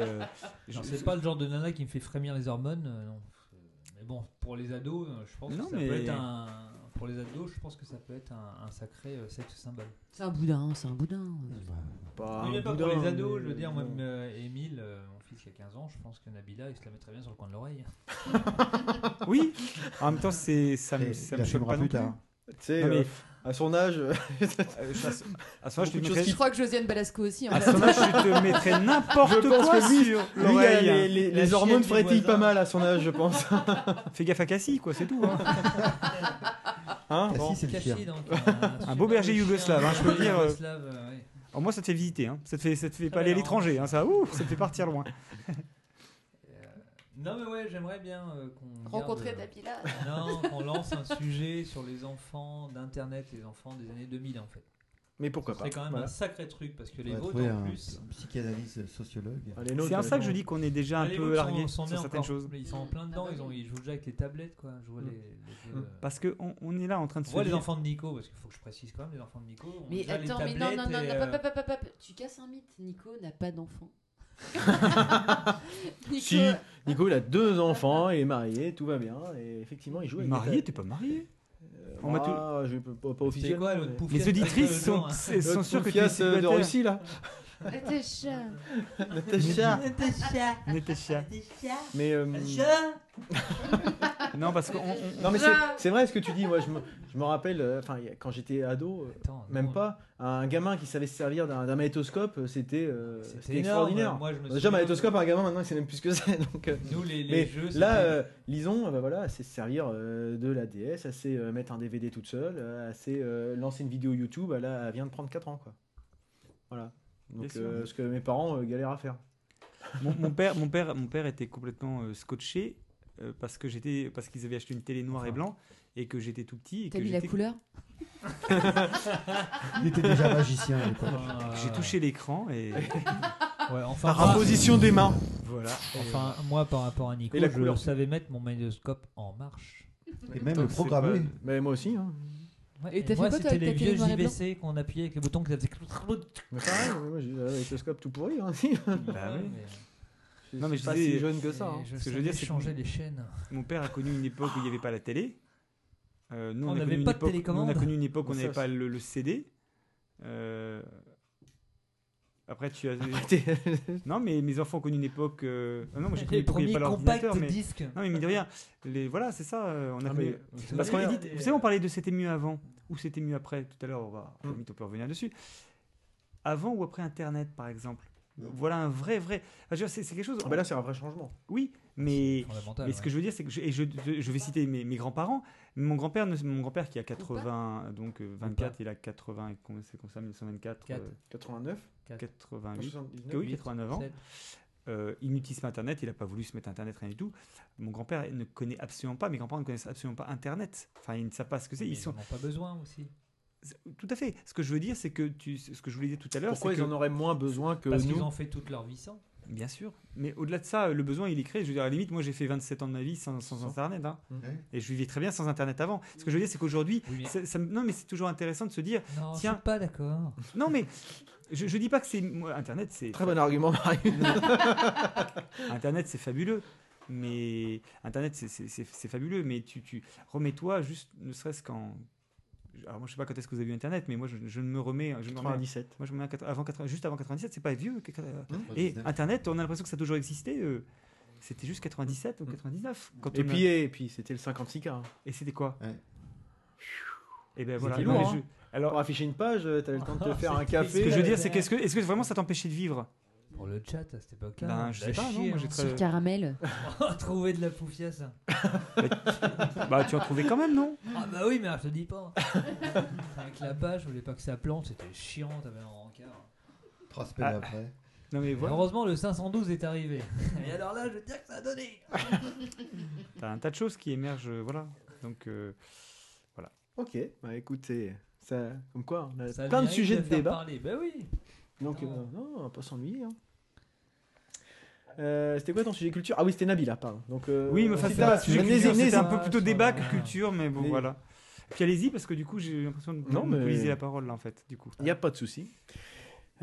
<laughs> euh, Non, je- C'est pas le genre de nana qui me fait frémir les hormones. euh, non. Mais bon, pour les ados, euh, je pense Non, que ça mais- peut être un. Pour les ados, je pense que ça peut être un, un sacré euh, sexe symbole. C'est un boudin, c'est un boudin. Ah, pas, Bah, Oui, Ah, un mais pas pour boudin, les ados, mais je veux dire, moi, bon. euh, Émile, euh, mon fils qui a 15 ans, je pense que Nabila, il se la mettrait bien sur le coin de l'oreille. Oui, en même temps, c'est, ça me, Et ça il me la choque filmera pas non plus plus. tard. Tu sais, Non, mais, euh, à son âge, euh, je- à ce- à ce moment-là, je te Beaucoup de mettrais- Je crois que Josiane Balasco aussi. en à fait. ce moment-là, <laughs> je te mettrais n'importe euh, Je pense quoi que lui- sur lui, il a l'oreille. les, les- les La chienne hormones du frétillent voisin. pas mal à son âge, je pense. Fais gaffe à Cassie, quoi, c'est tout. hein. Hein Ah, Bon. si, c'est le Caché chien. donc, euh, un, beau berger yougoslave, hein, je peux <laughs> le dire, euh, Yougoslave, euh, ouais. Alors moi, ça te fait visiter, hein. ça te fait, ça te fait Ah, pas aller à alors. l'étranger, hein. ça, ouh, ça te fait partir loin. Euh, Non mais ouais, j'aimerais bien euh, qu'on Rencontrer garde, Nabila. euh, Non, qu'on lance un sujet sur les enfants d'internet, les enfants des années 2000 en fait. Mais pourquoi pas C'est quand même Voilà. un sacré truc parce que On les va vôtres trouver en un plus. psychanalyste <laughs> sociologue. Ah, les nôtres, C'est en ça que euh, je dis qu'on est déjà un les peu vôtres sont- largué sont sur nés certaines encore. choses. Ils sont en plein dedans, Ah bah ils, ont, oui. ils jouent déjà avec les tablettes quoi. Jouent Mm. les, les jeux, Mm. euh. Parce qu'on on est là en train de On se voit les dire- enfants de Nico parce qu'il faut que je précise quand même les enfants de Nico. ont Mais déjà les attends, mais non, non, non, tablettes et, non, euh, pop, pop, pop, pop. tu casses un mythe. Nico n'a pas d'enfant. <laughs> Nico, euh, Si, Nico, il a deux enfants, il est marié, tout va bien. Et effectivement, il joue avec. des Marié, tas- t'es pas marié Euh, On m'a tout- ah, je peux pas, pas C'est officiellement. quoi l'autre mais- poufias Les de euh, auditrices Nico, sont, hein <laughs> c'est- sont L'autre sûres que tu es poufiasse, euh, de célibataire. Russie, là. t'es chat. Natacha. Natacha. Mais. euh, Mm. Non, parce qu'on on- Non, mais c'est- c'est vrai ce que tu dis. Moi, je me, je me rappelle, euh, enfin, il y a- quand j'étais ado. euh, Attends, Même non, pas. Un gamin qui savait se servir d'un d'un magnétoscope, euh, c'était euh, c'était c'était énorme. extraordinaire. Moi, je me Déjà, souviens magnétoscope, un gamin, maintenant, il sait même plus ce que c'est. <laughs> Donc, euh, Nous, les, les mais jeux, là, c'était- euh, Lison, euh, bah voilà, elle sait se servir euh, de la DS, elle sait euh, mettre un DVD toute seule, euh, elle sait euh, lancer une vidéo YouTube, elle, a- elle vient de prendre 4 ans. Quoi. Voilà. Bien Donc, sûr. euh, ce que mes parents euh, galèrent à faire. mon, mon père, mon père, mon père était complètement euh, scotché euh, parce que j'étais, parce qu'ils avaient acheté une télé noire et blanc et que j'étais tout petit et T'as que mis la j'étais- que couleur Il était déjà magicien <laughs> à l'époque. Ah. j'ai touché l'écran <laughs> et Ouais, enfin, Par moi- imposition des mains. voilà. enfin, moi, par rapport à Nico, Et la je couleur. savais mettre mon magnétoscope en marche. Et même Donc, le c'est programmer. pas- Mais moi aussi. Hein. Ouais, Et t'as fait moi, quoi, toi, c'était avec ta les télé vieux noir et blanc JVC qu'on appuyait avec les boutons qui faisaient. Mais pareil, moi j'ai un magnétoscope tout pourri. Hein, si. Bah oui. Je Non, mais suis je pas disais- si jeune que ça. hein. Je, Ce que je je veux dire, c'est que- changer <laughs> les chaînes. Mon père a connu une époque où il n'y avait pas la télé. Euh, nous, On a n'avait connu une pas de époque- télécommande. nous, On a connu une époque où on Ça, n'avait ça. pas le, le CD. Euh, Après, tu <laughs> as. <laughs> T'es- non, mais mes enfants ont connu une époque. euh, ah non, moi j'ai connu Les l'époque où il n'y premiers avait pas compacts l'ordinateur, mais. hein, disques. Non, mais mine de rien, les... voilà, c'est ça. euh, on a Ah, connu- mais- Parce qu'on Oui, euh, dit- vous savez, on parlait de c'était mieux avant ou c'était mieux après. Tout à l'heure, on va, Mm. limite, on peut revenir dessus. Avant ou après Internet, par exemple. Voilà un vrai, vrai. Enfin, je veux dire, c'est c'est quelque chose. Ah bah là, c'est un vrai changement. oui, mais. Fondamental. Mais ce que hein. je veux dire, c'est que je, et je, je- je vais citer mes, mes grands-parents. Mon grand-père, ne- mon grand-père qui a 80, donc euh, 24, il a 80, et combien c'est comme ça, 1924, Quatre. euh, 89 88, 79 que Ah oui, 89 ans. Euh, il n'utilise pas Internet, il n'a pas voulu se mettre à Internet, rien du tout. Mon grand-père ne connaît absolument pas, mes grands-parents ne connaissent absolument pas Internet. Enfin, ils ne savent pas ce que c'est. Ils sont Euh, pas besoin aussi. tout à fait. Ce que je veux dire, c'est que tu, ce que je voulais dire tout à l'heure, Pourquoi c'est ils que en auraient moins besoin que Parce nous qu'ils ont fait toute leur vie sans. bien sûr. Mais au-delà de ça, le besoin, il est créé. Je veux dire, à la limite, moi, j'ai fait 27 ans de ma vie sans, sans Sans. Internet, hein. Ouais. et je vivais très bien sans Internet avant. Ce que je veux dire, c'est qu'aujourd'hui, Oui, mais- ça- ça me- non, mais c'est toujours intéressant de se dire, Non, Tiens. je suis pas d'accord. non, mais je, je dis pas que c'est moi, Internet, c'est Très bon argument, Marius. Internet, c'est fabuleux. Mais Internet, c'est- c'est c'est- c'est fabuleux. Mais tu, tu remets-toi juste, ne serait-ce qu'en. Alors, moi, je sais pas quand est-ce que vous avez eu Internet, mais moi, je, je ne me remets. Je me remets 97. moi, je me mets à quatre- avant 80 juste avant 97, c'est pas vieux. que- euh, Mmh. Et 99. Internet, on a l'impression que ça a toujours existé. euh, C'était juste 97 ou 99. Quand Mm. Et on a- puis, et puis c'était le 56K. hein. et c'était quoi Ouais. Et C'était ben voilà. lourd, mais hein. je- Alors, Pour afficher une page, euh, t'avais le temps de <laughs> te faire un C'était- ce café. que je veux la dire, c'est terre. qu'est-ce que, est-ce que vraiment ça t'empêchait de vivre Pour le chat à cette époque-là. Ben, on je l'a sais pas, non, chié, moi, j'ai hein. <laughs> très- Sur caramel. Trouver de la poufiasse. Bah, tu en trouvais quand même, non Ah bah oui, mais je te dis pas. hein. <laughs> Avec la page, je voulais pas que ça plante, c'était chiant, t'avais un rencard. Trois semaines Ah. après. Non, mais voilà. Heureusement, le 512 est arrivé. <laughs> Et alors là, je veux dire que ça a donné. T'as un tas de choses qui émergent, euh, voilà. Donc, euh, Ok, bah écoutez, ça, comme quoi, on a Ça a le plein de mérite sujets de faire débat. Parler. Bah oui. Donc, euh, Putain. non, on va pas s'ennuyer. hein. Euh, c'était quoi ton sujet culture Ah oui, c'était Nabila, pardon. Donc, euh, oui, mais on enfin, s'y c'est tape. pas sujet Venez- culture, venez- c'était un ah, peu plutôt ça, débat que voilà. culture, mais bon, Mais- voilà. Puis allez-y, parce que du coup, j'ai l'impression de Non, mais- monopoliser la parole, là, en fait, du coup. Il n'y a pas de souci.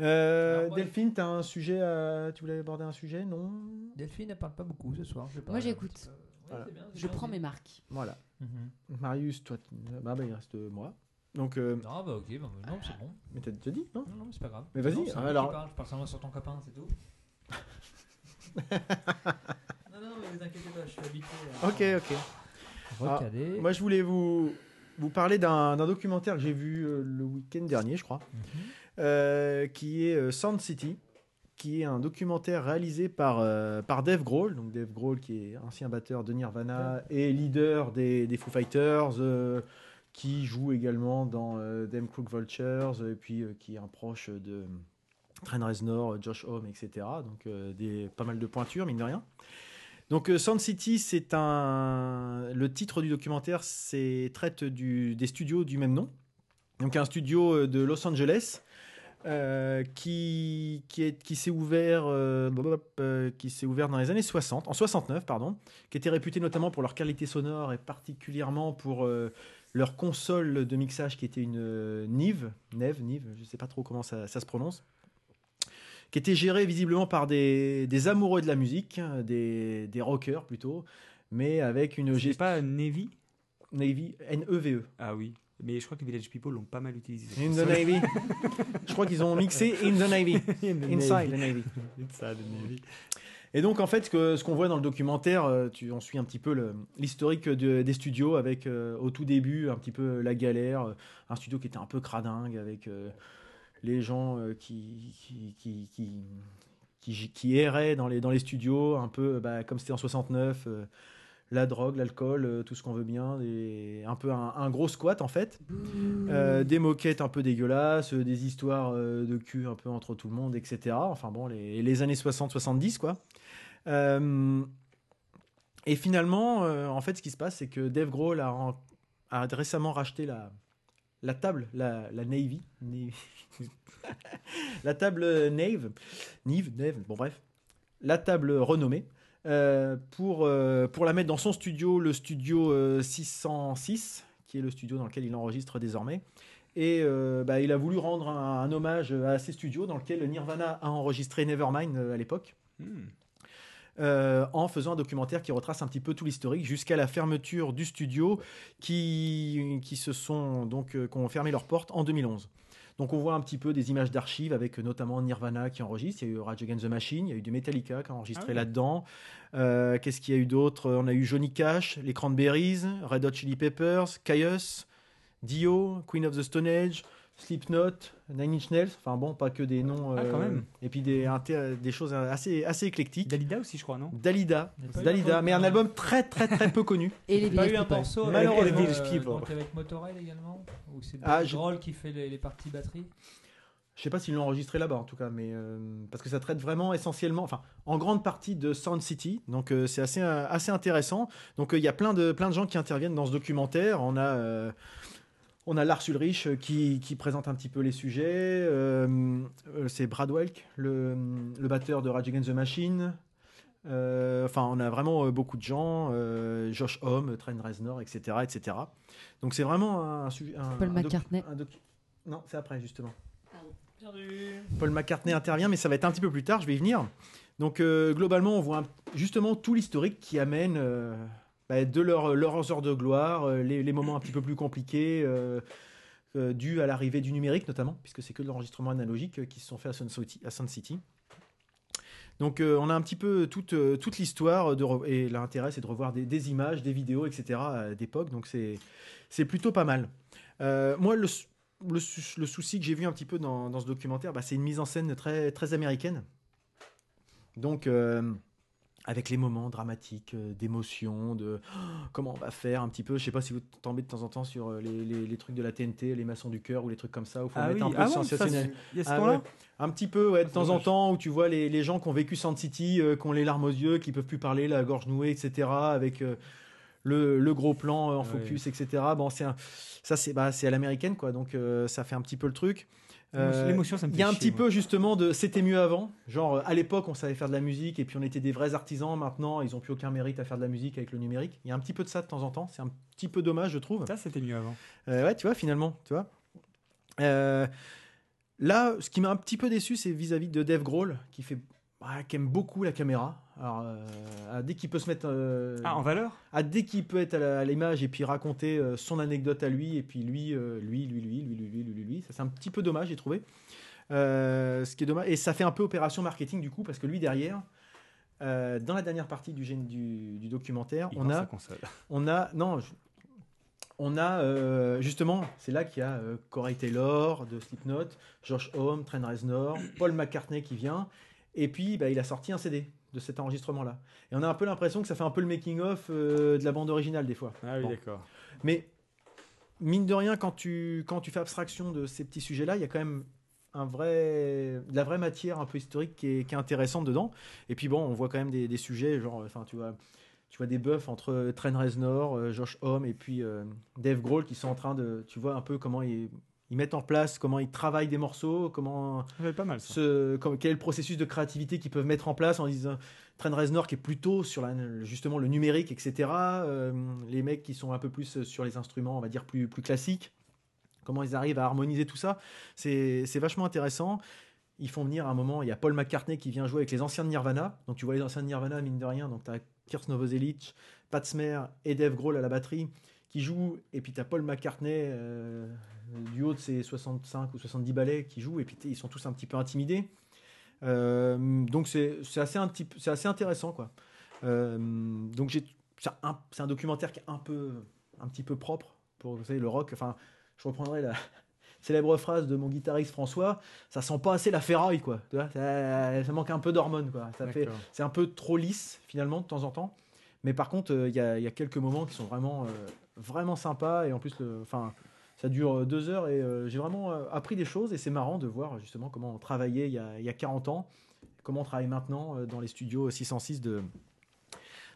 Euh, Alors, ouais. Delphine, t'as un sujet à- Tu voulais aborder un sujet Non Delphine ne parle pas beaucoup ce soir. Je Moi, j'écoute. Voilà. Je prends mes marques. Voilà. Mhm. Marius, toi, tu- bah, bah, il reste moi. Donc, euh, Non, bah ok, bah, non, c'est bon. mais t'as déjà dit, non Non, non, mais c'est pas grave. Mais vas-y, Non, c'est moi alors- qui parle, je parle seulement sur ton copain, c'est <laughs> tout. non, non, mais vous inquiétez pas, je suis habitué. à- Ok, ok. Recalé. Moi, je voulais vous, vous parler d'un d'un documentaire que j'ai vu euh, le week-end dernier, je crois, Mhm. euh, qui est euh, Sound City, qui est un documentaire réalisé par, euh, par Dave Grohl, donc Dave Grohl qui est ancien batteur de Nirvana et leader des, des Foo Fighters, euh, qui joue également dans euh, Them Crook Vultures, et puis euh, qui est un proche de Trent Reznor, Josh Homme, etc. Donc euh, des, pas mal de pointures, mine de rien. Donc euh, Sound City, c'est un... Le titre du documentaire, c'est traite du... des studios du même nom. Donc un studio euh, de Los Angeles euh, qui, qui, est- qui s'est ouvert, euh, blablabla, euh, qui s'est ouvert dans les années 60, en 69, pardon, qui était réputé notamment pour leur qualité sonore et particulièrement pour euh, leur console de mixage qui était une euh, Nive, Neve, Nive, je ne sais pas trop comment ça, ça se prononce, qui était gérée visiblement par des, des amoureux de la musique, hein, des, des rockers plutôt, mais avec une J'ai gestion pas Navy Navy, E N-E-V-E. Ah oui. Mais je crois que Village People l'ont pas mal utilisé. cette In the console. Navy. Je crois qu'ils ont mixé In the Navy. In the Inside Navy. the Navy. Inside the Navy. Et donc, en fait, ce que- ce qu'on voit dans le documentaire, euh, tu, on suit un petit peu le- l'historique de- des studios avec, euh, au tout début, un petit peu la galère, euh, un studio qui était un peu cradingue avec euh, les gens euh, qui, qui, qui, qui, qui- qui erraient dans les, dans les studios, un peu bah, comme c'était en 69, euh, la drogue, l'alcool, euh, tout ce qu'on veut bien, et un peu un- un gros squat, en fait. Hmm. Euh, des moquettes un peu dégueulasses, euh, des histoires euh, de cul un peu entre tout le monde, etc. Enfin bon, les, les années 60-70, quoi. Euh, et finalement, euh, en fait, ce qui se passe, c'est que Dave Grohl a, ren- a récemment racheté la, la table, la, la Navy. Navy. <laughs> la table Nave. Nive, Nave, bon bref. La table renommée. euh, pour, euh, pour la mettre dans son studio, le studio euh, 606, qui est le studio dans lequel il enregistre désormais. Et euh, bah, il a voulu rendre un, un hommage à ces studios dans lequel Nirvana a enregistré Nevermind euh, à l'époque, Hmm. euh, en faisant un documentaire qui retrace un petit peu tout l'historique jusqu'à la fermeture du studio qui, qui se sont donc euh, qui ont fermé leurs portes en 2011. Donc on voit un petit peu des images d'archives avec euh, notamment Nirvana qui enregistre, il y a eu Rage Against the Machine, il y a eu du Metallica qui a enregistré Ah oui. là-dedans. Euh, Qu'est-ce qu'il y a eu d'autre On a eu Johnny Cash, les Cranberries, Red Hot Chili Peppers, Caius, Dio, Queen of the Stone Age, Slipknot, Nine Inch Nails, enfin bon, pas que des noms, euh, Ah, quand même. et puis des, inté- des choses assez, assez éclectiques. Dalida aussi, je crois, non Dalida, Il y a pas eu Dalida, un- mais un album très très <laughs> très peu connu. Et les Il n'y a pas eu Village un People. morceau avec, Malheureusement, euh, Village People. donc avec Motorhead également Ou c'est Ah, Dave je- Grohl qui fait les, les parties batterie Je sais pas s'ils l'ont enregistré là-bas en tout cas, mais euh, parce que ça traite vraiment essentiellement, enfin en grande partie de Sound City, donc euh, c'est assez euh, assez intéressant. Donc euh, il y a plein de plein de gens qui interviennent dans ce documentaire. On a euh, on a Lars Ulrich euh, qui, qui présente un petit peu les sujets. Euh, euh, c'est Brad Welk, le, le batteur de Rage Against the Machine. Euh, Enfin, on a vraiment euh, beaucoup de gens. euh, Josh Homme, Trent Reznor, etc., etc. Donc c'est vraiment un, sujet. un- Paul un docu- McCartney. un docu- non, c'est après justement. Paul McCartney intervient, mais ça va être un petit peu plus tard, je vais y venir. Donc euh, globalement, on voit un- justement tout l'historique qui amène euh, bah, de leur- leurs heures de gloire, euh, les, les moments un petit peu plus compliqués, euh, euh, dus à l'arrivée du numérique notamment, puisque c'est que de l'enregistrement analogique euh, qui se sont faits à Sun City. à Sun City. Donc euh, on a un petit peu toute, euh, toute l'histoire, de re- et l'intérêt c'est de revoir des, des images, des vidéos, etc. euh, d'époque, donc c'est c'est plutôt pas mal. Euh, moi, le, s- le, sou- le souci que j'ai vu un petit peu dans, dans ce documentaire, bah, c'est une mise en scène très, très américaine. Donc, euh, avec les moments dramatiques, euh, d'émotion, de Oh, comment on va faire un petit peu. Je sais pas si vous tombez de temps en temps sur euh, les, les- les trucs de la TNT, les maçons du cœur ou les trucs comme ça, où faut mettre un peu ah ouais, ça, sensationnel. c'est- il y a ce Ah temps-là ouais. Un petit peu, ouais, de temps en dommage. temps, où tu vois les, les gens qui ont vécu Sand City, euh, qui ont les larmes aux yeux, qui peuvent plus parler, la gorge nouée, etc., avec euh, le, le gros plan euh, en Ouais. focus, etc. Bon, c'est un- ça, c'est bah, c'est à l'américaine, quoi, donc euh, ça fait un petit peu le truc. Euh, L'émotion, ça me il fait y a un chier, hein. petit moi. peu justement de c'était mieux avant. Genre euh, à l'époque on savait faire de la musique et puis on était des vrais artisans. Maintenant ils ont plus aucun mérite à faire de la musique avec le numérique. Il y a un petit peu de ça de temps en temps. C'est un petit peu dommage je trouve. Ça, c'était mieux avant. Euh, ouais, tu vois, finalement, tu vois. Euh, là, ce qui m'a un petit peu déçu, c'est vis-à-vis de Dave Grohl, qui fait, ah, qui aime beaucoup la caméra. Alors, euh, ah, dès qu'il peut se mettre, euh, Ah, en valeur ah, dès qu'il peut être à la- à l'image et puis raconter euh, son anecdote à lui et puis lui, euh, lui, lui, lui, lui, lui, lui, lui, lui, lui. ça c'est un petit peu dommage, j'ai trouvé. Euh, ce qui est dommage, et ça fait un peu opération marketing du coup, parce que lui derrière, euh, dans la dernière partie du, gène- du, du documentaire, Il on vend a sa console. <laughs> on a non, je- on a euh, justement, c'est là qu'il y a euh, Corey Taylor de Slipknot, Josh Homme, Trent Reznor, Paul McCartney qui vient, et puis bah, il a sorti un CD de cet enregistrement-là. Et on a un peu l'impression que ça fait un peu le making of euh, de la bande originale des fois. Ah oui, Bon. d'accord. Mais mine de rien, quand tu, quand tu fais abstraction de ces petits sujets-là, il y a quand même un vrai, de la vraie matière un peu historique qui est, qui est intéressante dedans. Et puis bon, on voit quand même des, des sujets, genre, enfin, tu vois, tu vois des buffs entre euh, Trent Reznor, euh, Josh Homme et puis euh, Dave Grohl qui sont en train de, tu vois un peu comment ils, ils mettent en place, comment ils travaillent des morceaux, comment Ça fait pas mal, ça. ce, comme- quel est le processus de créativité qu'ils peuvent mettre en place en disant Trent Reznor qui est plutôt sur la, justement le numérique, etc. euh, les mecs qui sont un peu plus sur les instruments, on va dire, plus, plus classiques. Comment ils arrivent à harmoniser tout ça. C'est c'est vachement intéressant. Ils font venir à un moment, il y a Paul McCartney qui vient jouer avec les anciens de Nirvana. Donc tu vois les anciens de Nirvana, mine de rien. Donc tu as Kirst Novoselic, Pat Smear et Dave Grohl à la batterie qui jouent. Et puis tu as Paul McCartney euh, du haut de ses 65 ou 70 ballets qui jouent. Et puis t'es- ils sont tous un petit peu intimidés. Euh, donc c'est c'est assez, un petit peu- c'est assez intéressant. quoi. Euh, donc j'ai- c'est un, c'est un documentaire qui est un, peu, un petit peu propre pour vous savez, le rock. Enfin, je reprendrai la <laughs> célèbre phrase de mon guitariste François ça sent pas assez la ferraille quoi Tu vois, ça, ça manque un peu d'hormones quoi ça fait D'accord. c'est un peu trop lisse finalement de temps en temps. Mais par contre, euh, il y, a- y a quelques moments qui sont vraiment, euh, vraiment sympas. Et en plus, le- enfin, ça dure euh, deux heures et euh, j'ai vraiment euh, appris des choses. Et c'est marrant de voir euh, justement comment on travaillait il y a, il y a 40 ans, comment on travaille maintenant euh, dans les studios 606 de,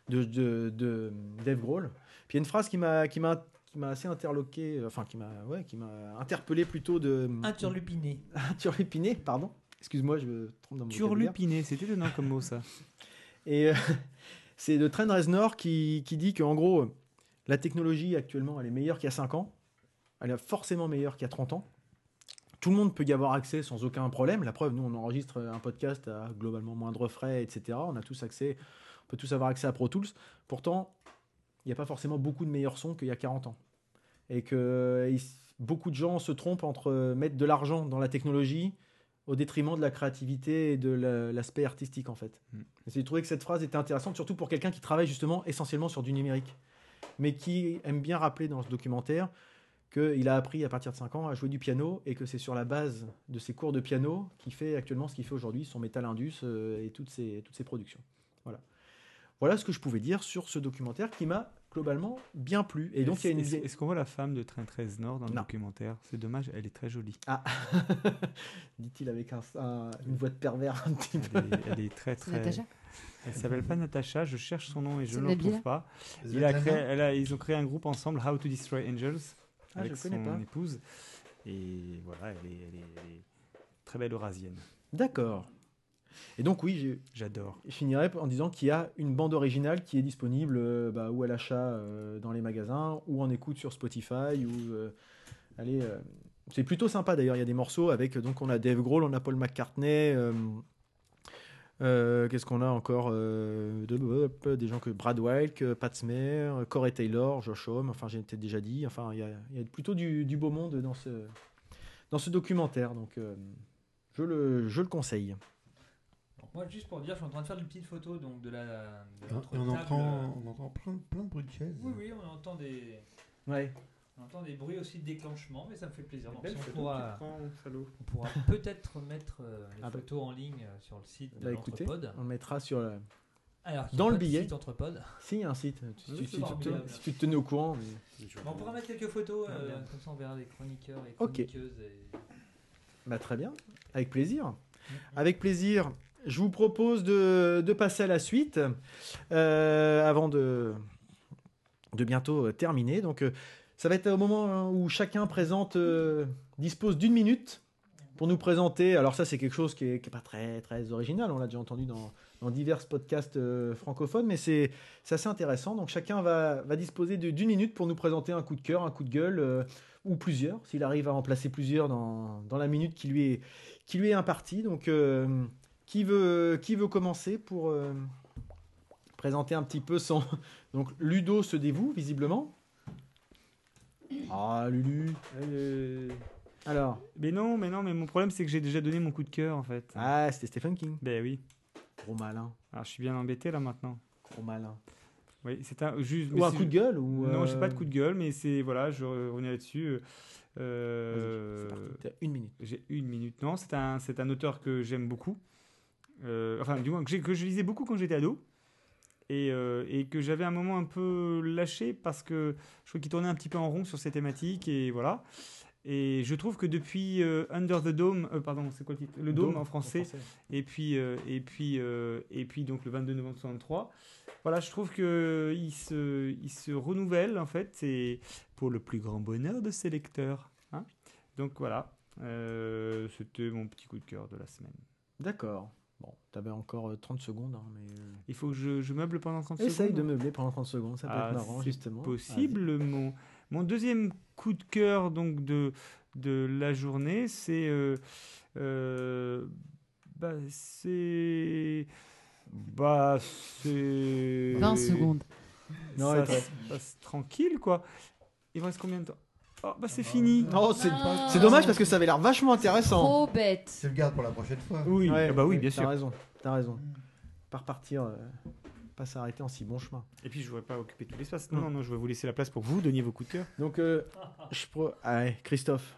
de, de, de Dave Grohl. Puis il y a une phrase qui m'a qui m'a qui m'a assez interloqué, euh, enfin qui m'a ouais, qui m'a interpellé plutôt de <laughs> Interlupiné. turlupiné, pardon. Excuse-moi, je me trompe dans mon vocabulaire. Turlupiné, c'était étonnant comme mot, ça. Et euh, <laughs> c'est de Trent Reznor qui, qui dit qu'en gros, la technologie actuellement, elle est meilleure qu'il y a 5 ans. Elle est forcément meilleure qu'il y a 30 ans. Tout le monde peut y avoir accès sans aucun problème. La preuve, nous, on enregistre un podcast à globalement moindre frais, etc. On a tous accès, on peut tous avoir accès à Pro Tools. Pourtant, il n'y a pas forcément beaucoup de meilleurs sons qu'il y a 40 ans. Et que il s- beaucoup de gens se trompent entre euh, mettre de l'argent dans la technologie au détriment de la créativité et de la- l'aspect artistique en fait. Mm. Et J'ai trouvé que cette phrase était intéressante, surtout pour quelqu'un qui travaille justement essentiellement sur du numérique, mais qui aime bien rappeler dans ce documentaire qu'il a appris à partir de 5 ans à jouer du piano et que c'est sur la base de ses cours de piano qu'il fait actuellement ce qu'il fait aujourd'hui, son métal indus euh, et toutes ses, toutes ses productions. Voilà. Voilà ce que je pouvais dire sur ce documentaire qui m'a globalement bien plu. Et donc il y a une... Est-ce est-ce qu'on voit la femme de Train 13 Nord dans le Non. documentaire C'est dommage, elle est <laughs> très jolie. dit-il avec un- un- une voix de pervers un petit peu. Elle est, elle est très C'est très. Natacha Elle s'appelle pas Natacha. Je cherche son nom et je C'est ne le Nabila trouve pas. Il a créé- elle a- ils ont créé un groupe ensemble, How to Destroy Angels, Ah, avec je connais son pas. épouse. Et voilà, elle est, elle est- elle est très belle Eurasienne. D'accord. Et donc oui, j'ai- J'adore. je finirai en disant qu'il y a une bande originale qui est disponible euh, bah, ou à l'achat euh, dans les magasins, ou en écoute sur Spotify, ou euh, allez, euh, c'est plutôt sympa d'ailleurs. Il y a des morceaux avec donc on a Dave Grohl, on a Paul McCartney. euh, euh, Qu'est-ce qu'on a encore euh, de- Des gens que Brad Wilk, euh, Pat Smear, euh, Corey Taylor, Josh Homme, enfin j'ai peut-être déjà dit, enfin il y a, il y a plutôt du, du beau monde dans ce, dans ce documentaire, donc euh, je, le, je le conseille. Donc moi, juste pour dire, je suis en train de faire une petite photo donc, de la. de Et notre on table. entend, on entend plein, plein de bruits de chaises. Oui, oui, on entend des. Ouais. On entend des bruits aussi de déclenchement, mais ça me fait plaisir. Donc, Belle si on photo pourra, on pourra <laughs> peut-être mettre euh, les Ah bah. photos en ligne euh, sur le site de Bah, écoutez, l'entrepode. on le mettra sur la- Alors, qu'il y Dans a pas le de billet. site Entrepode. Si, il y a un site. Si, Ah tu- Oui, c'est si tu, formidable. te, si tu te tenais au courant. mais- Mais on pourra mettre quelques photos, euh, bien. comme ça on verra les chroniqueurs et Ah, Ok. chroniqueuses. et- Bah, très bien. Avec plaisir. Avec plaisir. Je vous propose de, de passer à la suite euh, avant de, de bientôt euh, terminer. Donc, euh, ça va être au moment hein, où chacun présente, euh, dispose d'une minute pour nous présenter. Alors, ça, c'est quelque chose qui n'est pas très, très original. On l'a déjà entendu dans, dans divers podcasts euh, francophones, mais c'est c'est assez intéressant. Donc, chacun va, va disposer de- d'une minute pour nous présenter un coup de cœur, un coup de gueule. euh, ou plusieurs, s'il arrive à en placer plusieurs dans, dans la minute qui lui est, qui lui est impartie. Donc, euh, qui, veut, qui veut commencer pour euh, présenter un petit peu son... <laughs> Donc, Ludo se dévoue, visiblement. Ah, Lulu. Euh, Alors, Mais non, mais non, mais mon problème c'est que j'ai déjà donné mon coup de cœur en fait. ah, c'était Stephen King. Ben oui. Gros malin, Alors je suis bien embêté là maintenant. gros malin. Oui, c'est un juste. mais Ou un c'est- coup de gueule ou, Non, euh, j'ai pas de coup de gueule, mais c'est voilà, je reviens là-dessus. Euh, Vas-y, c'est parti, t'as une minute. J'ai une minute. Non, c'est un, c'est un auteur que j'aime beaucoup. Euh, enfin, du moins, que, j'ai- que je lisais beaucoup quand j'étais ado. Et, euh, et que j'avais un moment un peu lâché parce que je trouvais qu'il tournait un petit peu en rond sur ces thématiques. Et voilà. Et je trouve que depuis euh, Under the Dome, euh, pardon, c'est quoi le titre Le Dôme, en français, et puis euh, et puis euh, et puis donc le 22 novembre 63 voilà je trouve que il se il se renouvelle en fait c'est pour le plus grand bonheur de ses lecteurs hein. donc voilà euh, c'était mon petit coup de cœur de la semaine D'accord. Bon, t'avais encore euh, 30 secondes, hein, mais... euh, il faut que je, je meuble pendant 30 Essaye secondes de meubler pendant 30 secondes, ça peut Ah, être marrant, c'est justement. possible mon mon deuxième coup de cœur donc de de la journée c'est euh, euh, bah c'est bah c'est 20 secondes. Non, ça et toi se passe tranquille, quoi. Il me reste combien de temps Oh, bah c'est fini Oh, c'est Ah. c'est dommage parce que ça avait l'air vachement intéressant. Trop bête Je le garde pour la prochaine fois. Mmh. Oui, Ouais, ah bah oui, bien T'as sûr. raison, t'as raison. Pas repartir, euh, pas s'arrêter en si bon chemin. Et puis je voudrais pas occuper tout l'espace. Non, non, non, je vais vous laisser la place pour que vous donniez vos coups de cœur. Donc, euh, je pro... Allez, Christophe.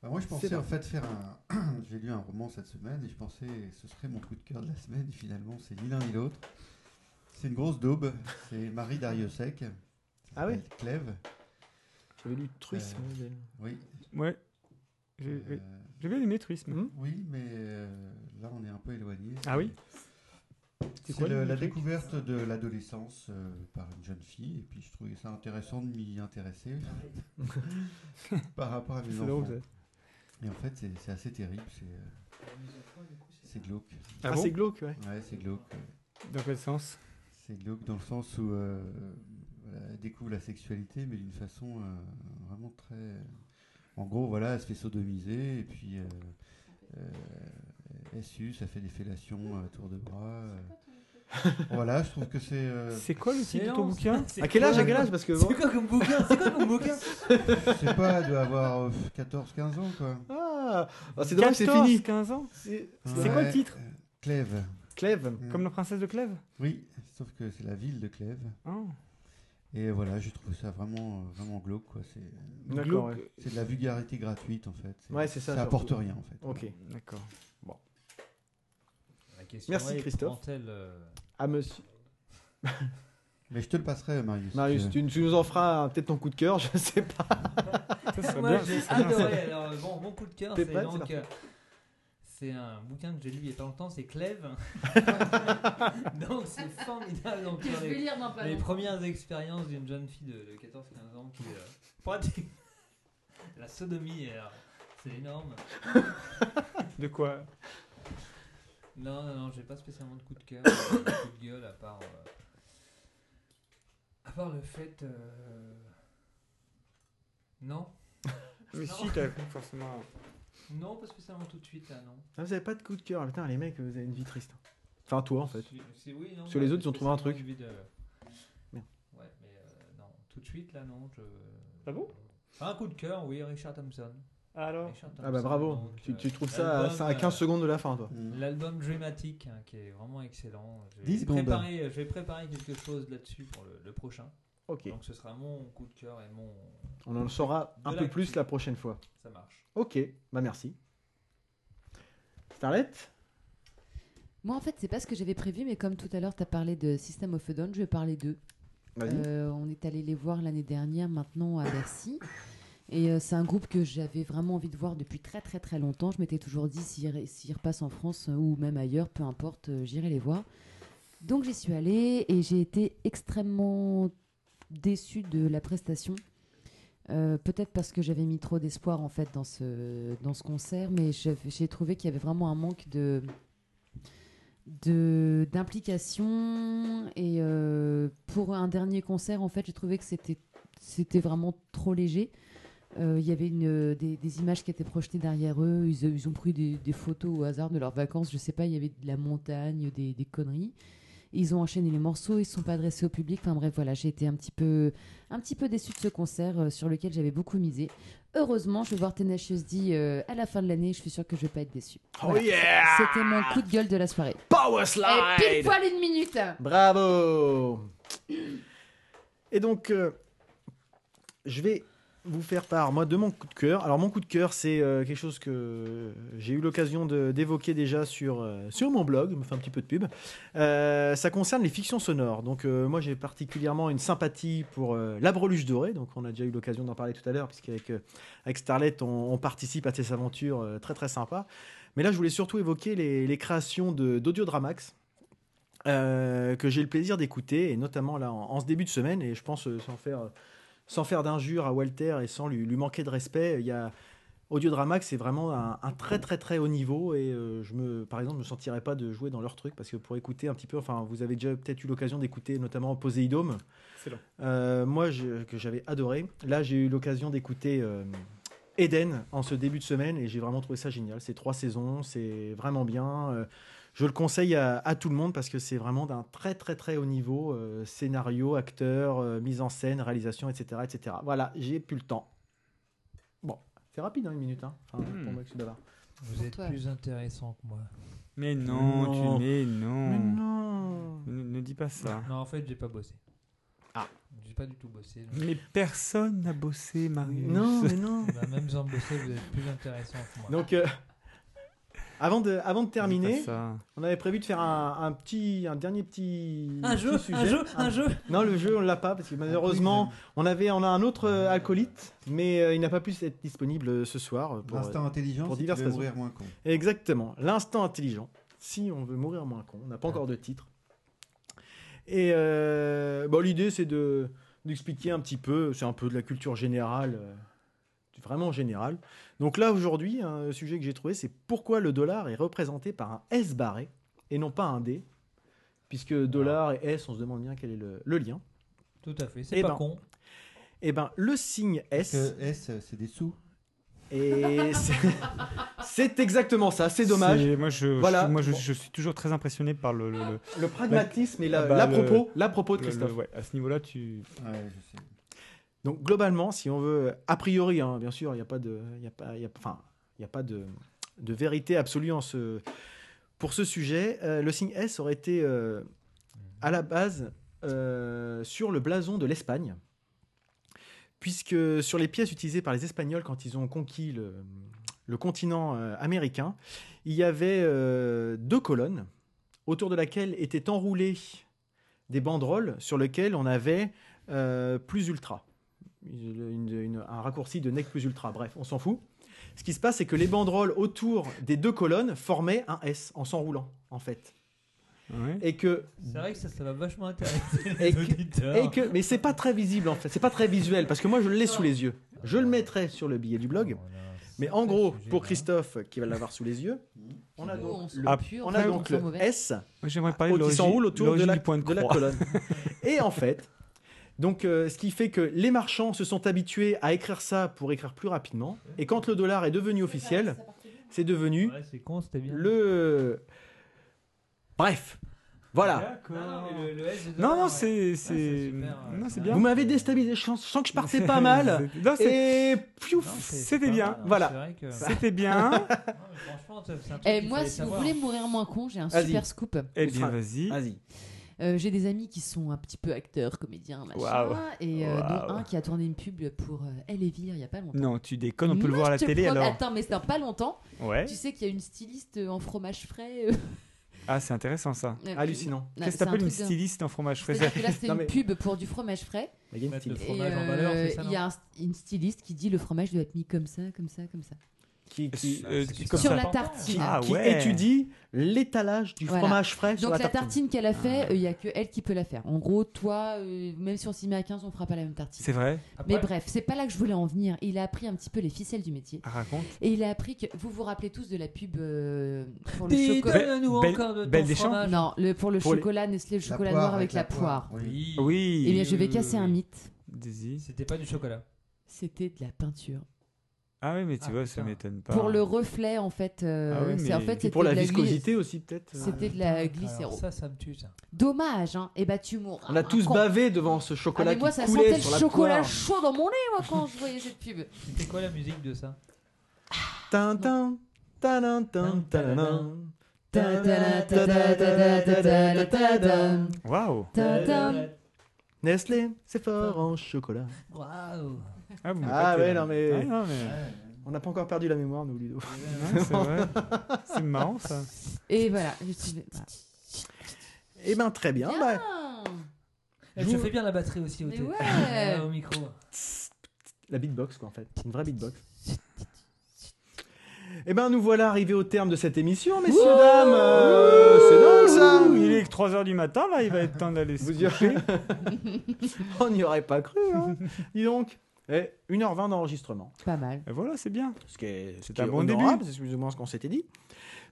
Bah, moi, je C'est pensais bon. en fait faire un. <clears throat> J'ai lu un roman cette semaine et je pensais ce serait mon coup de cœur de la semaine. Et finalement, c'est ni l'un ni l'autre. C'est une grosse daube. C'est Marie Dariussec. Ah oui Elle Clève. J'avais lu Truisme. Oui. Ouais. J'ai euh, j'ai bien aimé Truisme. Hmm. oui, mais euh, là, on est un peu éloigné. Ah oui C'est quoi le- le la truc découverte de l'adolescence euh, par une jeune fille. Et puis, je trouvais ça intéressant de m'y intéresser <laughs> par rapport à mes C'est enfants. drôle, ça. Et en fait, c'est c'est assez terrible. C'est euh, c'est glauque. Ah, Ah, bon c'est glauque, ouais. Ouais, c'est glauque. ouais. Dans quel sens C'est glauque dans le sens où euh, voilà, elle découvre la sexualité, mais d'une façon euh, vraiment très. En gros, voilà, elle se fait sodomiser, et puis euh, <laughs> euh, elle suce, elle fait des fellations à tour de bras. euh. voilà, je trouve que c'est. euh, C'est quoi le titre de ton Silence. bouquin <laughs> C'est À quel âge quoi À quel âge Parce que. C'est quoi comme bouquin C'est quoi <laughs> comme bouquin je sais pas, elle doit avoir euh, 14-15 ans, quoi. Ah, Ah, c'est dommage, c'est 14, fini. 15 ans C'est C'est quoi le titre euh, Clèves. Clèves. Mm. Comme la princesse de Clèves Oui, sauf que c'est la ville de Clèves. Hein Et voilà, j'ai trouvé ça vraiment, euh, vraiment glauque, quoi. C'est, D'accord. Glauque. ouais. c'est de la vulgarité gratuite, en fait. Ouais, c'est ça, Ça apporte surtout. rien, en fait. Ok. D'accord. <laughs> La question Merci, est, Christophe. prend-elle, euh, Ah, monsieur. Mais je te le passerai, Marius. Marius, Euh, tu, tu nous en feras un- peut-être ton coup de cœur, <laughs> je sais pas. Ça, ça serait Moi bien, j'ai ça serait bien, ça. adoré. Alors euh, bon, mon coup de cœur, T'es c'est prête, donc c'est euh, c'est un bouquin que j'ai lu il y a pas longtemps, <laughs> c'est Clèves. <laughs> donc c'est formidable. Donc, Que sur je vais les, lire dans pas les longtemps. premières expériences d'une jeune fille de, 14-15 ans qui euh, pratique <laughs> la sodomie. Alors, c'est énorme. De quoi Non, non, non, j'ai pas spécialement de coup de cœur, euh, de coup de gueule, à part. euh, à part le fait. euh, Non, Mais Non. si, t'as forcément. non, pas spécialement tout de suite, là, non. Ah, vous avez pas de coup de cœur, putain, les mecs, vous avez une vie triste. hein. Enfin, toi en fait. C'est- c'est- oui, non, Parce que les bah, autres, ils ont trouvé un truc. spécialement envie de- Merde. Ouais, mais euh, non, tout de suite, là, non. Je... Ah bon Un coup de cœur, oui, Richard Thompson. Alors Richard Ah bah Thompson, bravo, donc, tu, euh, tu trouves ça à, l'album, ça à 15 euh, secondes de la fin, toi. mm. L'album Dreamatic, hein, qui est vraiment excellent. Je vais 10 secondes. préparer- euh, je vais préparer quelque chose là-dessus pour le, le prochain. Ok, Donc ce sera mon coup de cœur et mon... on en saura un De peu l'actu. plus la prochaine fois. Ça marche. Ok, bah merci. Starlet Moi, en fait, c'est pas ce que j'avais prévu, mais comme tout à l'heure, tu as parlé de System of a Down, je vais parler d'eux. Vas-y. Euh, on est allé les voir l'année dernière, maintenant à Bercy. Et euh, c'est un groupe que j'avais vraiment envie de voir depuis très très très longtemps. Je m'étais toujours dit, s'ils re- s'ils repassent en France euh, ou même ailleurs, peu importe, euh, j'irai les voir. Donc j'y suis allée et j'ai été extrêmement déçue de la prestation. Euh, Peut-être parce que j'avais mis trop d'espoir en fait dans ce, dans ce concert, mais j'avais- j'ai trouvé qu'il y avait vraiment un manque de de d'implication et euh, pour un dernier concert en fait j'ai trouvé que c'était c'était vraiment trop léger Euh, il y avait une, des, des images qui étaient projetées derrière eux ils, euh, ils ont pris des, des photos au hasard de leurs vacances je sais pas il y avait de la montagne des, des conneries ils ont enchaîné les morceaux ils se sont pas adressés au public enfin bref voilà j'ai été un petit peu un petit peu déçue de ce concert euh, sur lequel j'avais beaucoup misé heureusement je vais voir Tenacious D euh, à la fin de l'année je suis sûre que je vais pas être déçue Oh Voilà. yeah c'était mon coup de gueule de la soirée Power et pile Slide poil une minute. Bravo Et donc, euh, je vais vous faire part, moi, de mon coup de cœur. Alors, mon coup de cœur, c'est euh, quelque chose que j'ai eu l'occasion de- d'évoquer déjà sur, euh, sur mon blog. Je me fais un petit peu de pub. Euh, ça concerne les fictions sonores. Donc, euh, moi, j'ai particulièrement une sympathie pour euh, La Breluche Dorée. Donc, on a déjà eu l'occasion d'en parler tout à l'heure, puisqu'avec euh, avec Starlet, on, on participe à ces aventures euh, très, très sympas. Mais là, je voulais surtout évoquer les, les créations de- d'Audiodramax. euh, que j'ai le plaisir d'écouter, et notamment là en, en ce début de semaine, et je pense euh, sans faire sans faire d'injure à Walter et sans lui, lui manquer de respect, il y a Audiodramax, c'est vraiment un, un très très très haut niveau et euh, je me, par exemple, je me sentirais pas de jouer dans leur truc parce que pour écouter un petit peu, enfin, vous avez déjà peut-être eu l'occasion d'écouter notamment Poséidome. Excellent. Euh, moi, je- que j'avais adoré. Là, j'ai eu l'occasion d'écouter euh, Eden en ce début de semaine et j'ai vraiment trouvé ça génial. C'est trois saisons, c'est vraiment bien. Euh, je le conseille à, à tout le monde parce que c'est vraiment d'un très très très haut niveau. euh, scénario, acteur, euh, mise en scène, réalisation, etc. etc. Voilà, j'ai plus le temps. Bon, c'est rapide, hein, une minute. Hein. Enfin, Hmm. pour moi que je suis bavard. Vous Pour êtes toi. plus intéressant que moi. Mais non, Non. tu. Mais non. Mais non Ne, ne dis pas ça. Non, en fait, j'ai pas bossé. Ah. J'ai pas du tout bossé. donc. Mais personne n'a bossé, Marius. <laughs> Non, mais non Bah, même sans bosser, vous êtes plus intéressant que moi. Donc, euh, <laughs> avant, de, avant de Dis terminer, pas ça. on avait prévu de faire un, un petit, un dernier petit. un petit jeu, sujet. Ah. un jeu, un jeu. Non, le jeu, on l'a pas parce que Mm. Ah malheureusement, on, avait, on a un autre euh, acolyte, mais euh, il n'a pas pu être disponible euh, ce soir. euh, Pour, euh, L'instant intelligent, pour c'est tu diverses veux raisons. mourir moins con. Exactement, l'instant intelligent. Si on veut mourir moins con, on n'a pas encore de titre. Et euh, bon, l'idée, c'est de d'expliquer un petit peu, c'est un peu de la culture générale, euh, vraiment générale. Donc là, aujourd'hui, un sujet que j'ai trouvé, c'est pourquoi le dollar est représenté par un S barré et non pas un D, puisque dollar et S, on se demande bien quel est le, le lien. Tout à fait, Eh c'est pas ben, con. Eh bien, le signe Euh. Parce S, que S, c'est des sous. Et <laughs> c'est- c'est exactement ça, c'est dommage. C'est- Moi, je, Voilà. je- moi je, Bon. je suis toujours très impressionné par le, le- le- Le pragmatisme et Ah la- bah, l'à-propos la, propos de le- Christophe. le- ouais, à ce niveau-là, tu. Ouais, je sais. Donc globalement, si on veut, a priori, hein, bien sûr, il n'y a pas de, il y a pas, il y a- enfin, il y a pas de, de vérité absolue en ce, pour ce sujet. euh, le signe S aurait été euh, à la base euh, sur le blason de l'Espagne, puisque sur les pièces utilisées par les Espagnols quand ils ont conquis le, le continent euh, américain, il y avait euh, deux colonnes autour de laquelle étaient enroulées des banderoles sur lesquelles on avait euh, plus ultra. Une- une- une- un raccourci de nec plus ultra. Bref, on s'en fout. Ce qui se passe, c'est que les banderoles autour des deux colonnes formaient un S en s'enroulant, en fait. Ouais. Et que, C'est vrai que ça, ça va vachement intéresser Et les que- auditeurs. et que, mais c'est pas très visible en fait, c'est pas très visuel parce que moi je l'ai sous les yeux. Je le mettrai sur le billet du blog. Mais en gros, pour hein. Christophe qui va l'avoir sous les yeux, on a Nous, donc, s'en le- pure, on a nous, donc s'en le mauvais. S Moi, J'aimerais Ah, parler de oh, qui l'origine s'enroule autour de l'origine la, du point de de la croix. colonne. <laughs> Et en fait, donc, euh, ce qui fait que les marchands se sont habitués à écrire ça pour écrire plus rapidement. Et quand le dollar est devenu officiel, Eh, c'est devenu Ouais, c'est con, c'était bien. le. Bref, voilà. Non, mais le- le S de Non, Dollar, Ah, non, ouais. c'est. c'est c'est- super, ouais. Non, c'est Vous bien. m'avez déstabilisé, je sens je sens que je partais pas <laughs> mal. Non, c'est- Et Non, <laughs> piouf c'est- C'était c'est pas bien, mal, hein, voilà. c'est vrai que- <laughs> C'était bien. Non, mais franchement, c'est- c'est un truc Eh, qu'il moi, fallait si vous savoir. voulez mourir moins con, j'ai un Vas-y. super scoop. Eh bien, Enfin, vas-y. Vas-y. Euh, j'ai des amis qui sont un petit peu acteurs, comédiens, machin. Waouh. Et euh, Waouh. dont un qui a tourné une pub pour euh, Elle et Vire il n'y a pas longtemps. Non, tu déconnes, on peut le Moi, voir à la je te télé promets- alors. Attends, mais c'est dans pas longtemps. Ouais. Tu sais qu'il y a une styliste euh, en fromage frais. euh, Ah, c'est intéressant ça. Hallucinant. Non, Qu'est-ce que c'est un t'appelles une truc de- styliste en fromage frais C'est-à-dire que là, c'était Non, une mais- pub pour du fromage frais. Il y a une Mettre style le Et, fromage en valeur, c'est ça, euh, non il y a un- une styliste qui dit le fromage doit être mis comme ça, comme ça, comme ça. qui, qui- Euh, c'est comme sur ça. la Important. tartine. Ah qui ouais. étudie l'étalage du Voilà. fromage frais sur Ah, Donc la la tartine. tartine qu'elle a fait, euh, il y a que elle qui peut la faire. En gros, toi, euh, même si on s'y met à 15, on fera pas la même tartine. C'est vrai Après, Mais bref, c'est pas là que je voulais en venir. Il a appris un petit peu les ficelles du métier. Ah, Raconte. Eh Et il a appris que vous vous rappelez tous de la pub euh, pour le dis, chocolat. donne-nous Belle- encore de ton Belle des Champs fromage. Non, le, pour le Pour les- chocolat Nestlé, le La chocolat poire noir avec la poire. Oui. Oui. Oui. Eh bien, je vais casser un mythe. Dizzy. C'était pas du chocolat. C'était de la peinture. Ah oui, mais tu Ah, vois, ça putain. m'étonne pas. Pour le reflet, en fait, euh, Ah oui, c'est en mais- fait Et c'était Pour la de glu- viscosité aussi peut-être. C'était Ah, de la glycéro. Alors ça, ça me tue, ça. Dommage, hein. Et bah tu mourras. On a tous con. bavé devant ce Ah, chocolat mais moi, qui ça coulait sentait le sur la chocolat poire. chaud dans mon nez, moi, quand je voyais cette <laughs> pub. C'était quoi la musique de ça Tintin, tadin, tin, tadadin. Tadadin, tadadin, tadadin, tadadin. Ta-da-da-da-da-da-da-da-da. Waouh. Euh, Nestlé, c'est fort en chocolat. Waouh Ah, vous Ah m'épatez, ouais, là. non, mais- Ah, non, mais- On n'a pas encore perdu la mémoire, nous, <laughs> Ludo. Ouais, c'est vrai. C'est hein. marrant ça. Et voilà. je suis- Eh ben, très bien. bah, Ah, Elle Je te vous- fait bien la batterie aussi au Mais thé. ouais. Ah, <laughs> Au micro. la beatbox, quoi, en fait. Une vraie <laughs> beatbox. Eh ben, nous voilà arrivés au terme de cette émission, messieurs, dames. Euh, c'est dingue, ça. Il <laughs> est que 3h du matin là, il va être temps d'aller se Vous y coucher. <laughs> On n'y aurait pas cru, <laughs> hein. Dis donc. Eh, 1h20 d'enregistrement. Pas mal. Et Voilà, c'est bien. Ce qui est, ce C'est qui un est bon honorable, début. c'est plus ou moins ce qu'on s'était dit.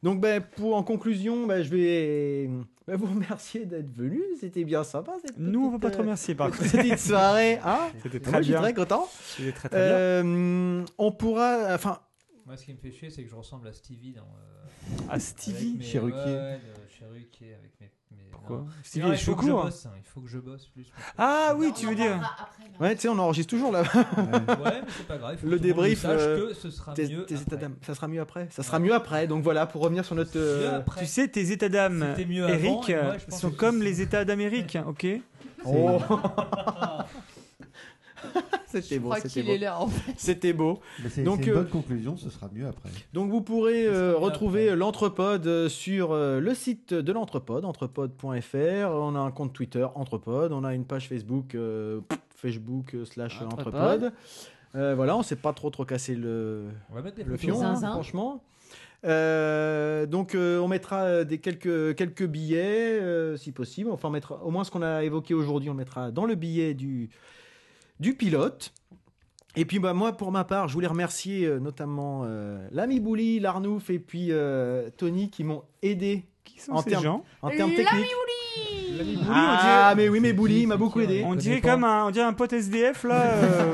Donc, ben, pour, en conclusion, ben, je vais ben, vous remercier d'être venu. C'était bien sympa. Cette Nous, on va petite, pas te euh, remercier par contre. Cette petite soirée, hein C'était Moi, très je suis bien. très content. C'était très très bien. Euh, on pourra, enfin, Moi, ce qui me fait chier, c'est que je ressemble à Stevie dans. euh, Ah, avec Stevie. mes- Cherokee. ouais, ouais, de Cherokee avec mes. mes- Pourquoi non. Stevie Non, est il faut chaud que je court. bosse, hein, Il faut que je bosse plus. Ah oui, On tu en veux dire. parlera après, là. ouais, tu sais, on enregistre toujours là. ouais, mais c'est pas grave. il faut Le que tout monde débrief, sache euh, que ce sera Tes- mieux. tes états après. d'âme. Ça sera mieux après. Ça sera mieux après. Donc voilà, pour revenir sur notre. Mieux euh, après. Tu sais, tes états d'âme, C'était mieux avant, Eric, euh, et moi, je pense sont que comme c'est- les états d'Amérique, ok Oh. <laughs> c'était Je beau, crois c'était qu'il beau. est là. en fait. C'était beau. Mais c'est Donc, c'est une euh, bonne conclusion, ce sera <laughs> mieux après. Donc vous pourrez euh, mieux retrouver après. l'Entrepode euh, sur euh, le site de l'Entrepode, entrepode.fr. On a un compte Twitter, Entrepode. On a une page Facebook, euh, pff, Facebook euh, slash Entrepode. Entrepode. Euh, voilà, on s'est pas trop trop cassé le, On va mettre des le photos. fion, hein, Zinzin. franchement. Euh, donc euh, on mettra euh, des quelques quelques billets euh, si possible. Enfin on mettra au moins ce qu'on a évoqué aujourd'hui, on le mettra dans le billet du du pilote. Et puis bah, moi pour ma part, je voulais remercier euh, notamment euh, l'ami Bouli, l'Arnouf et puis euh, Tony qui m'ont aidé Qui sont En ces termes- gens en termes L'ami techniques. Bouli, on Ah dirait- mais oui mais C'est Bouli qui, m'a c'est beaucoup qui, aidé. On connaît dirait <laughs> pas. comme un, on dirait un pote SDF là. euh,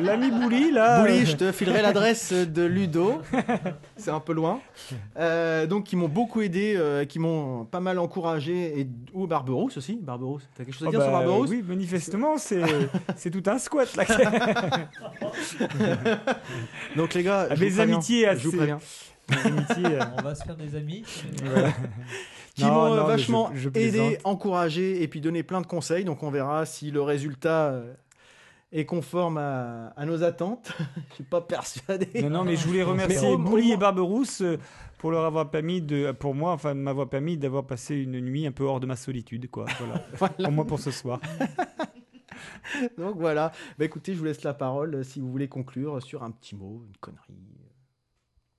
L'ami Bouli, là. Bouli, euh, je te <laughs> filerai l'adresse de Ludo. C'est un peu loin. Euh, donc, qui m'ont beaucoup aidé, euh, qui m'ont pas mal encouragé. Et, ou Barberousse aussi. Barberousse. T'as quelque chose à oh dire sur bah, Barberousse Oui, <laughs> manifestement, c'est c'est tout un squat, là. Donc, les gars, Ah, je les vous préviens, amitiés à Je vous ces- préviens. Amitié, euh, On va se faire <laughs> des amis. voilà. Qui Non, m'ont euh, non, mais vachement je- je plaisante. aidé, encouragé et puis donné plein de conseils. Donc, on verra si le résultat euh, est conforme à, à nos attentes. <laughs> Je suis pas persuadé. euh, Non, non, mais je voulais Mais remercier au- au Bouli moins- et Barberousse euh, pour leur avoir permis de, pour moi, enfin, de m'avoir permis d'avoir passé une nuit un peu hors de ma solitude, quoi. <laughs> Voilà. Pour moi, pour ce soir. Donc voilà. Bah, écoutez, je vous laisse la parole euh, si vous voulez conclure euh, sur un petit mot, une connerie euh,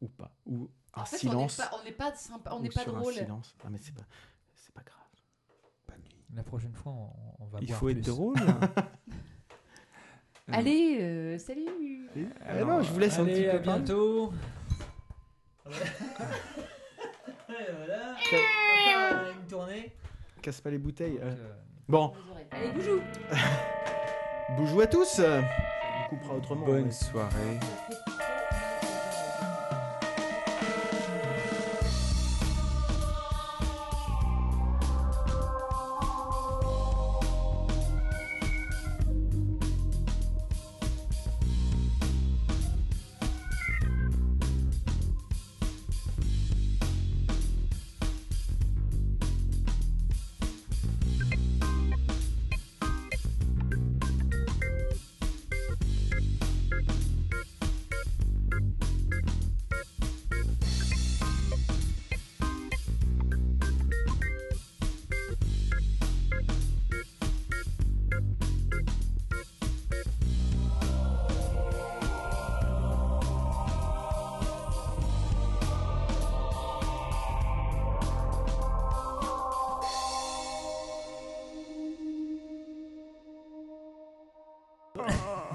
ou pas, ou un En fait, on n'est Ah, silence. pas- on n'est pas, sympa, on ou n'est pas sur un drôle. silence. Ah, mais c'est pas, c'est pas grave. La prochaine fois, on, on va Il boire faut être plus. drôle. hein. Allez, euh, salut Eh non, je vous laisse un petit Allez, peu à parler. bientôt. <laughs> Et voilà. Encore Une tournée. Casse pas les bouteilles. euh. Donc, euh, Bon, Allez, bonjour bonjour à tous. euh. On coupera autrement. ouais. soirée.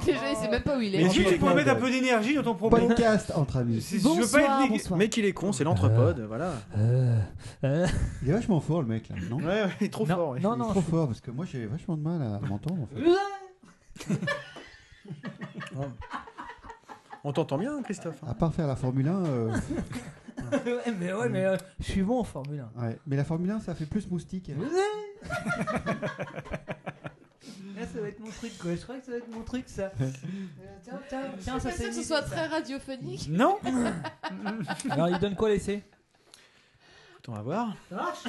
Déjà, il sait même pas où il est. Mais est-ce que tu pourrais Bonsoir. mettre un peu d'énergie dans ton propos Podcast entre amis. C'est- je veux pas être Bonsoir, négatif. bonsoir. Mais qu'il est con, c'est l'entrepode, voilà. Euh, <laughs> Il est vachement fort le mec là, non Ouais, ouais, il est trop Non, fort. ouais. non, Il est trop fort parce que moi j'ai vachement de mal à m'entendre en fait. Bon. On t'entend bien, Christophe. hein À part faire la Formule 1, euh, ouais, mais ouais, mais euh, je suis bon en Formule 1. ouais. mais la Formule 1 ça fait plus moustique. <laughs> Là, ça va être mon truc, quoi. Je crois que ça va être mon truc, ça. Euh, tiens, tiens, tiens, Je suis ça pas sûre c'est que ce soit très radiophonique. Non <laughs> Alors, il donne quoi l'essai Écoute, On va voir. Ça marche